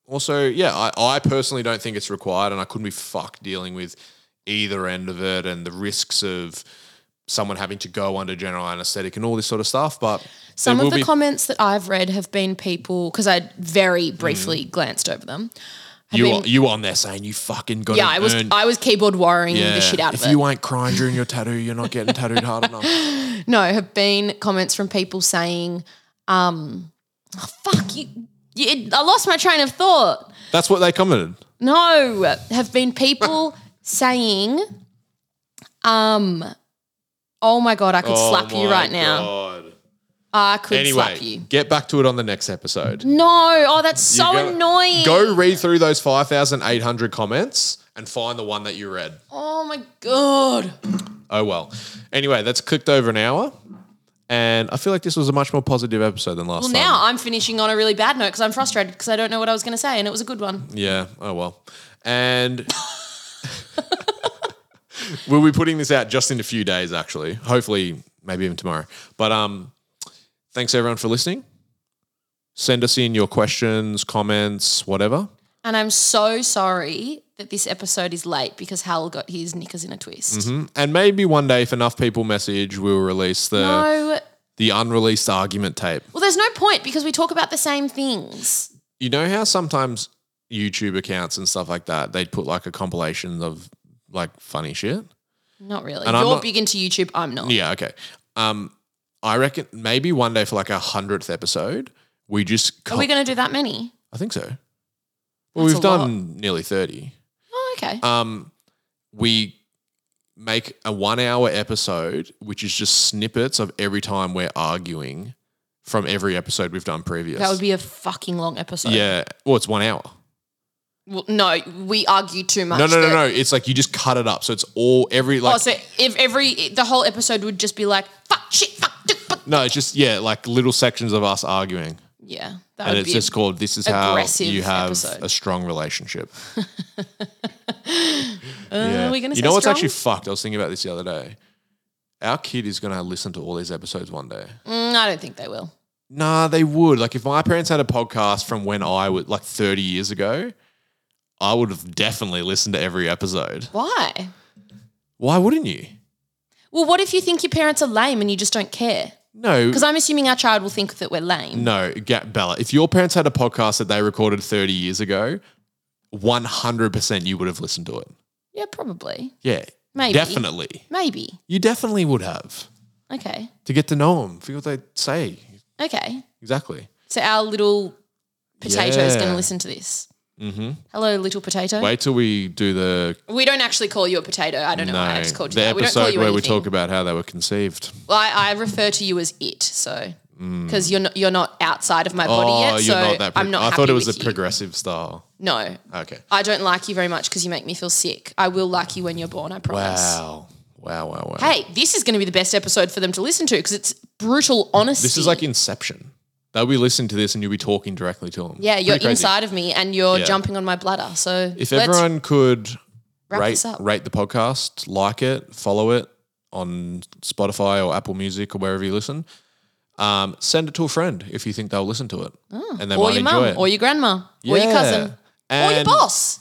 Speaker 2: also, yeah, I, I personally don't think it's required and I couldn't be fucked dealing with either end of it and the risks of someone having to go under general anesthetic and all this sort of stuff. But
Speaker 1: Some
Speaker 2: there
Speaker 1: of
Speaker 2: will
Speaker 1: the
Speaker 2: be-
Speaker 1: comments that I've read have been people because I very
Speaker 2: Mm.
Speaker 1: briefly glanced over them. Have
Speaker 2: you
Speaker 1: been-
Speaker 2: were you were on there saying you fucking got
Speaker 1: yeah, I was I was keyboard warring the shit out
Speaker 2: if
Speaker 1: of it.
Speaker 2: you ain't crying during your tattoo, you're not getting tattooed hard enough.
Speaker 1: no, have been comments from people saying, um, oh, "Fuck you, you!" I lost my train of thought.
Speaker 2: That's what they commented.
Speaker 1: No, have been people saying, um, oh my God, I could slap
Speaker 2: Oh
Speaker 1: you right now. I could
Speaker 2: Anyway,
Speaker 1: slap you.
Speaker 2: get back to it on the next episode.
Speaker 1: No, oh, that's so
Speaker 2: You go-
Speaker 1: annoying.
Speaker 2: Go read through those 5,800 comments and find the one that you read.
Speaker 1: Oh my God.
Speaker 2: Oh, well. Anyway, that's clicked over an hour. And I feel like this was a much more positive episode than last
Speaker 1: Well,
Speaker 2: time.
Speaker 1: now I'm finishing on a really bad note because I'm frustrated because I don't know what I was going to say and it was a good one.
Speaker 2: Yeah. Oh, well. And we'll be putting this out just in a few days, actually. Hopefully, maybe even tomorrow. But um, thanks, everyone, for listening. Send us in your questions, comments, whatever.
Speaker 1: And I'm so sorry that this episode is late because Hal got his knickers in a twist.
Speaker 2: And maybe one day, if enough people message, we'll release the
Speaker 1: No.
Speaker 2: the unreleased argument tape.
Speaker 1: Well, there's no point because we talk about the same things.
Speaker 2: You know how sometimes YouTube accounts and stuff like that, they'd put like a compilation of like funny shit?
Speaker 1: Not really.
Speaker 2: And I'm
Speaker 1: You're
Speaker 2: not-
Speaker 1: big into YouTube. I'm not.
Speaker 2: Yeah, okay. Um, I reckon maybe one day for like a hundredth episode, we just.
Speaker 1: Are
Speaker 2: co-
Speaker 1: we going to do that many?
Speaker 2: I think so. Well,
Speaker 1: That's
Speaker 2: we've
Speaker 1: a lot.
Speaker 2: done nearly thirty.
Speaker 1: Oh, okay.
Speaker 2: Um, we make a one-hour episode, which is just snippets of every time we're arguing from every episode we've done previous.
Speaker 1: That would Oh, be a fucking long episode.
Speaker 2: yeah. Well, it's one hour.
Speaker 1: Well, no, we argue too much.
Speaker 2: No, no, no,
Speaker 1: that-
Speaker 2: no. It's like you just cut it up, so it's all every like.
Speaker 1: Oh, so if every the whole episode would just be like fuck shit, fuck. Dick, fuck.
Speaker 2: no, it's just yeah, like little sections of us arguing.
Speaker 1: Yeah, that
Speaker 2: and
Speaker 1: would
Speaker 2: it's
Speaker 1: be.
Speaker 2: just called "This is how
Speaker 1: aggressive
Speaker 2: you have
Speaker 1: episode.
Speaker 2: a strong relationship."
Speaker 1: Uh, are we gonna
Speaker 2: you
Speaker 1: say
Speaker 2: know what's
Speaker 1: strong?
Speaker 2: actually fucked? I was thinking about this the other day. Our kid is gonna listen to all these episodes one day.
Speaker 1: Mm, I don't think they will.
Speaker 2: Nah, they would. Like if my parents had a podcast from when I was like 30 years ago, I would have definitely listened to every episode.
Speaker 1: Why?
Speaker 2: Why wouldn't you?
Speaker 1: Well, what if you think your parents are lame and you just don't care?
Speaker 2: No,
Speaker 1: Because I'm assuming our child will think that we're lame.
Speaker 2: no, get Bella. If your parents had a podcast that they recorded 30 years ago, 100% you would have listened to it.
Speaker 1: Yeah, probably.
Speaker 2: Yeah,
Speaker 1: Maybe.
Speaker 2: definitely.
Speaker 1: Maybe.
Speaker 2: You definitely would have.
Speaker 1: Okay.
Speaker 2: to get to know them, feel what they say.
Speaker 1: Okay.
Speaker 2: Exactly.
Speaker 1: So our little potato is going
Speaker 2: Yeah.
Speaker 1: to listen to this. Mm-hmm. Hello, little potato.
Speaker 2: Wait till we do the
Speaker 1: We don't actually call you a potato. I don't know why I
Speaker 2: no,
Speaker 1: just called you
Speaker 2: the
Speaker 1: that. We don't call
Speaker 2: episode
Speaker 1: you
Speaker 2: where we
Speaker 1: anything.
Speaker 2: talk about how they were conceived.
Speaker 1: Well, I, I refer to you as it, so because you're not, you're not outside of my body
Speaker 2: Mm. oh,
Speaker 1: yet,
Speaker 2: you're
Speaker 1: so
Speaker 2: not that. Pro-
Speaker 1: I'm not.
Speaker 2: I
Speaker 1: happy
Speaker 2: thought it was
Speaker 1: with
Speaker 2: a
Speaker 1: you. Oh,
Speaker 2: progressive style.
Speaker 1: No,
Speaker 2: Okay.
Speaker 1: I don't like you very much because you make me feel sick. I will like you when you're born. I promise.
Speaker 2: Wow. Wow. Wow. Wow.
Speaker 1: Hey, this is going to be the best episode for them to listen to because it's brutal honesty.
Speaker 2: This is like Inception. They'll be listening to this, and you'll be talking directly to them.
Speaker 1: yeah, you're
Speaker 2: Pretty crazy.
Speaker 1: inside of me and you're
Speaker 2: Yeah.
Speaker 1: jumping on my bladder. So
Speaker 2: If
Speaker 1: let's-
Speaker 2: everyone could
Speaker 1: wrap
Speaker 2: rate
Speaker 1: this up.
Speaker 2: rate the podcast, like it, follow it on Spotify or Apple Music or wherever you listen, um, send it to a friend if you think they'll listen to it, and they
Speaker 1: Ah. or
Speaker 2: might
Speaker 1: your
Speaker 2: enjoy
Speaker 1: mum,
Speaker 2: it.
Speaker 1: or your grandma, or your
Speaker 2: Yeah.
Speaker 1: cousin, or your
Speaker 2: And-
Speaker 1: boss.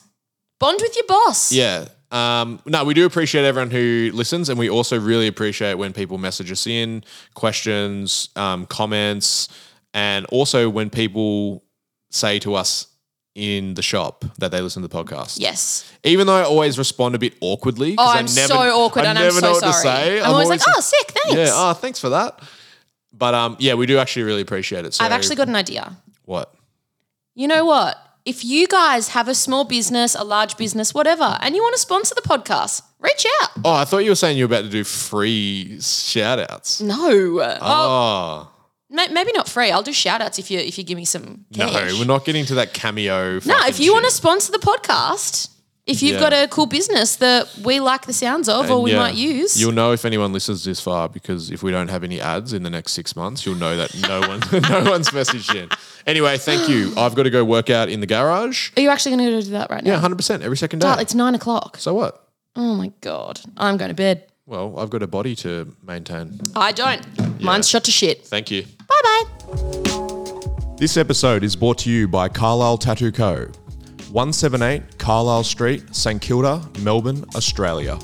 Speaker 1: Bond with your boss.
Speaker 2: Yeah. Um, no, we do appreciate everyone who listens, and we also really appreciate when people message us in questions, um, comments, and also when people say to us in the shop that they listen to the podcast.
Speaker 1: Yes.
Speaker 2: Even though I always respond a bit awkwardly. 'cause
Speaker 1: Oh,
Speaker 2: I
Speaker 1: I'm
Speaker 2: never-
Speaker 1: so awkward
Speaker 2: I
Speaker 1: and
Speaker 2: never
Speaker 1: I'm so
Speaker 2: know what
Speaker 1: sorry.
Speaker 2: to say.
Speaker 1: I'm, always, like, oh, sick, thanks.
Speaker 2: yeah, oh, thanks for that. But um, yeah, we do actually really appreciate it. So
Speaker 1: I've actually got an idea.
Speaker 2: what?
Speaker 1: You know what? If you guys have a small business, a large business, whatever, and you want to sponsor the podcast, reach out.
Speaker 2: Oh, I thought you were saying you were about to do free shout outs.
Speaker 1: No. Oh,
Speaker 2: Oh.
Speaker 1: ma- maybe not free. I'll do shout outs if you if you give me some cash.
Speaker 2: No, we're not getting to that cameo.
Speaker 1: No, if you want to sponsor the podcast, if you've
Speaker 2: Yeah.
Speaker 1: got a cool business that we like the sounds of or we might use,
Speaker 2: You'll know if anyone listens this far because if we don't have any ads in the next six months, you'll know that no one, no one's messaged in. Anyway, thank you. I've got to go work out in the garage.
Speaker 1: are you actually going to do that right now?
Speaker 2: Yeah, hundred percent every second day.
Speaker 1: Oh, it's nine o'clock.
Speaker 2: so what?
Speaker 1: Oh my god, I'm going to bed.
Speaker 2: Well, I've got a body to maintain.
Speaker 1: I don't. Mine's shut to shit.
Speaker 2: Thank you.
Speaker 1: Bye bye.
Speaker 2: This episode is brought to you by Carlisle Tattoo Co. 178 Carlisle Street, St Kilda, Melbourne, Australia.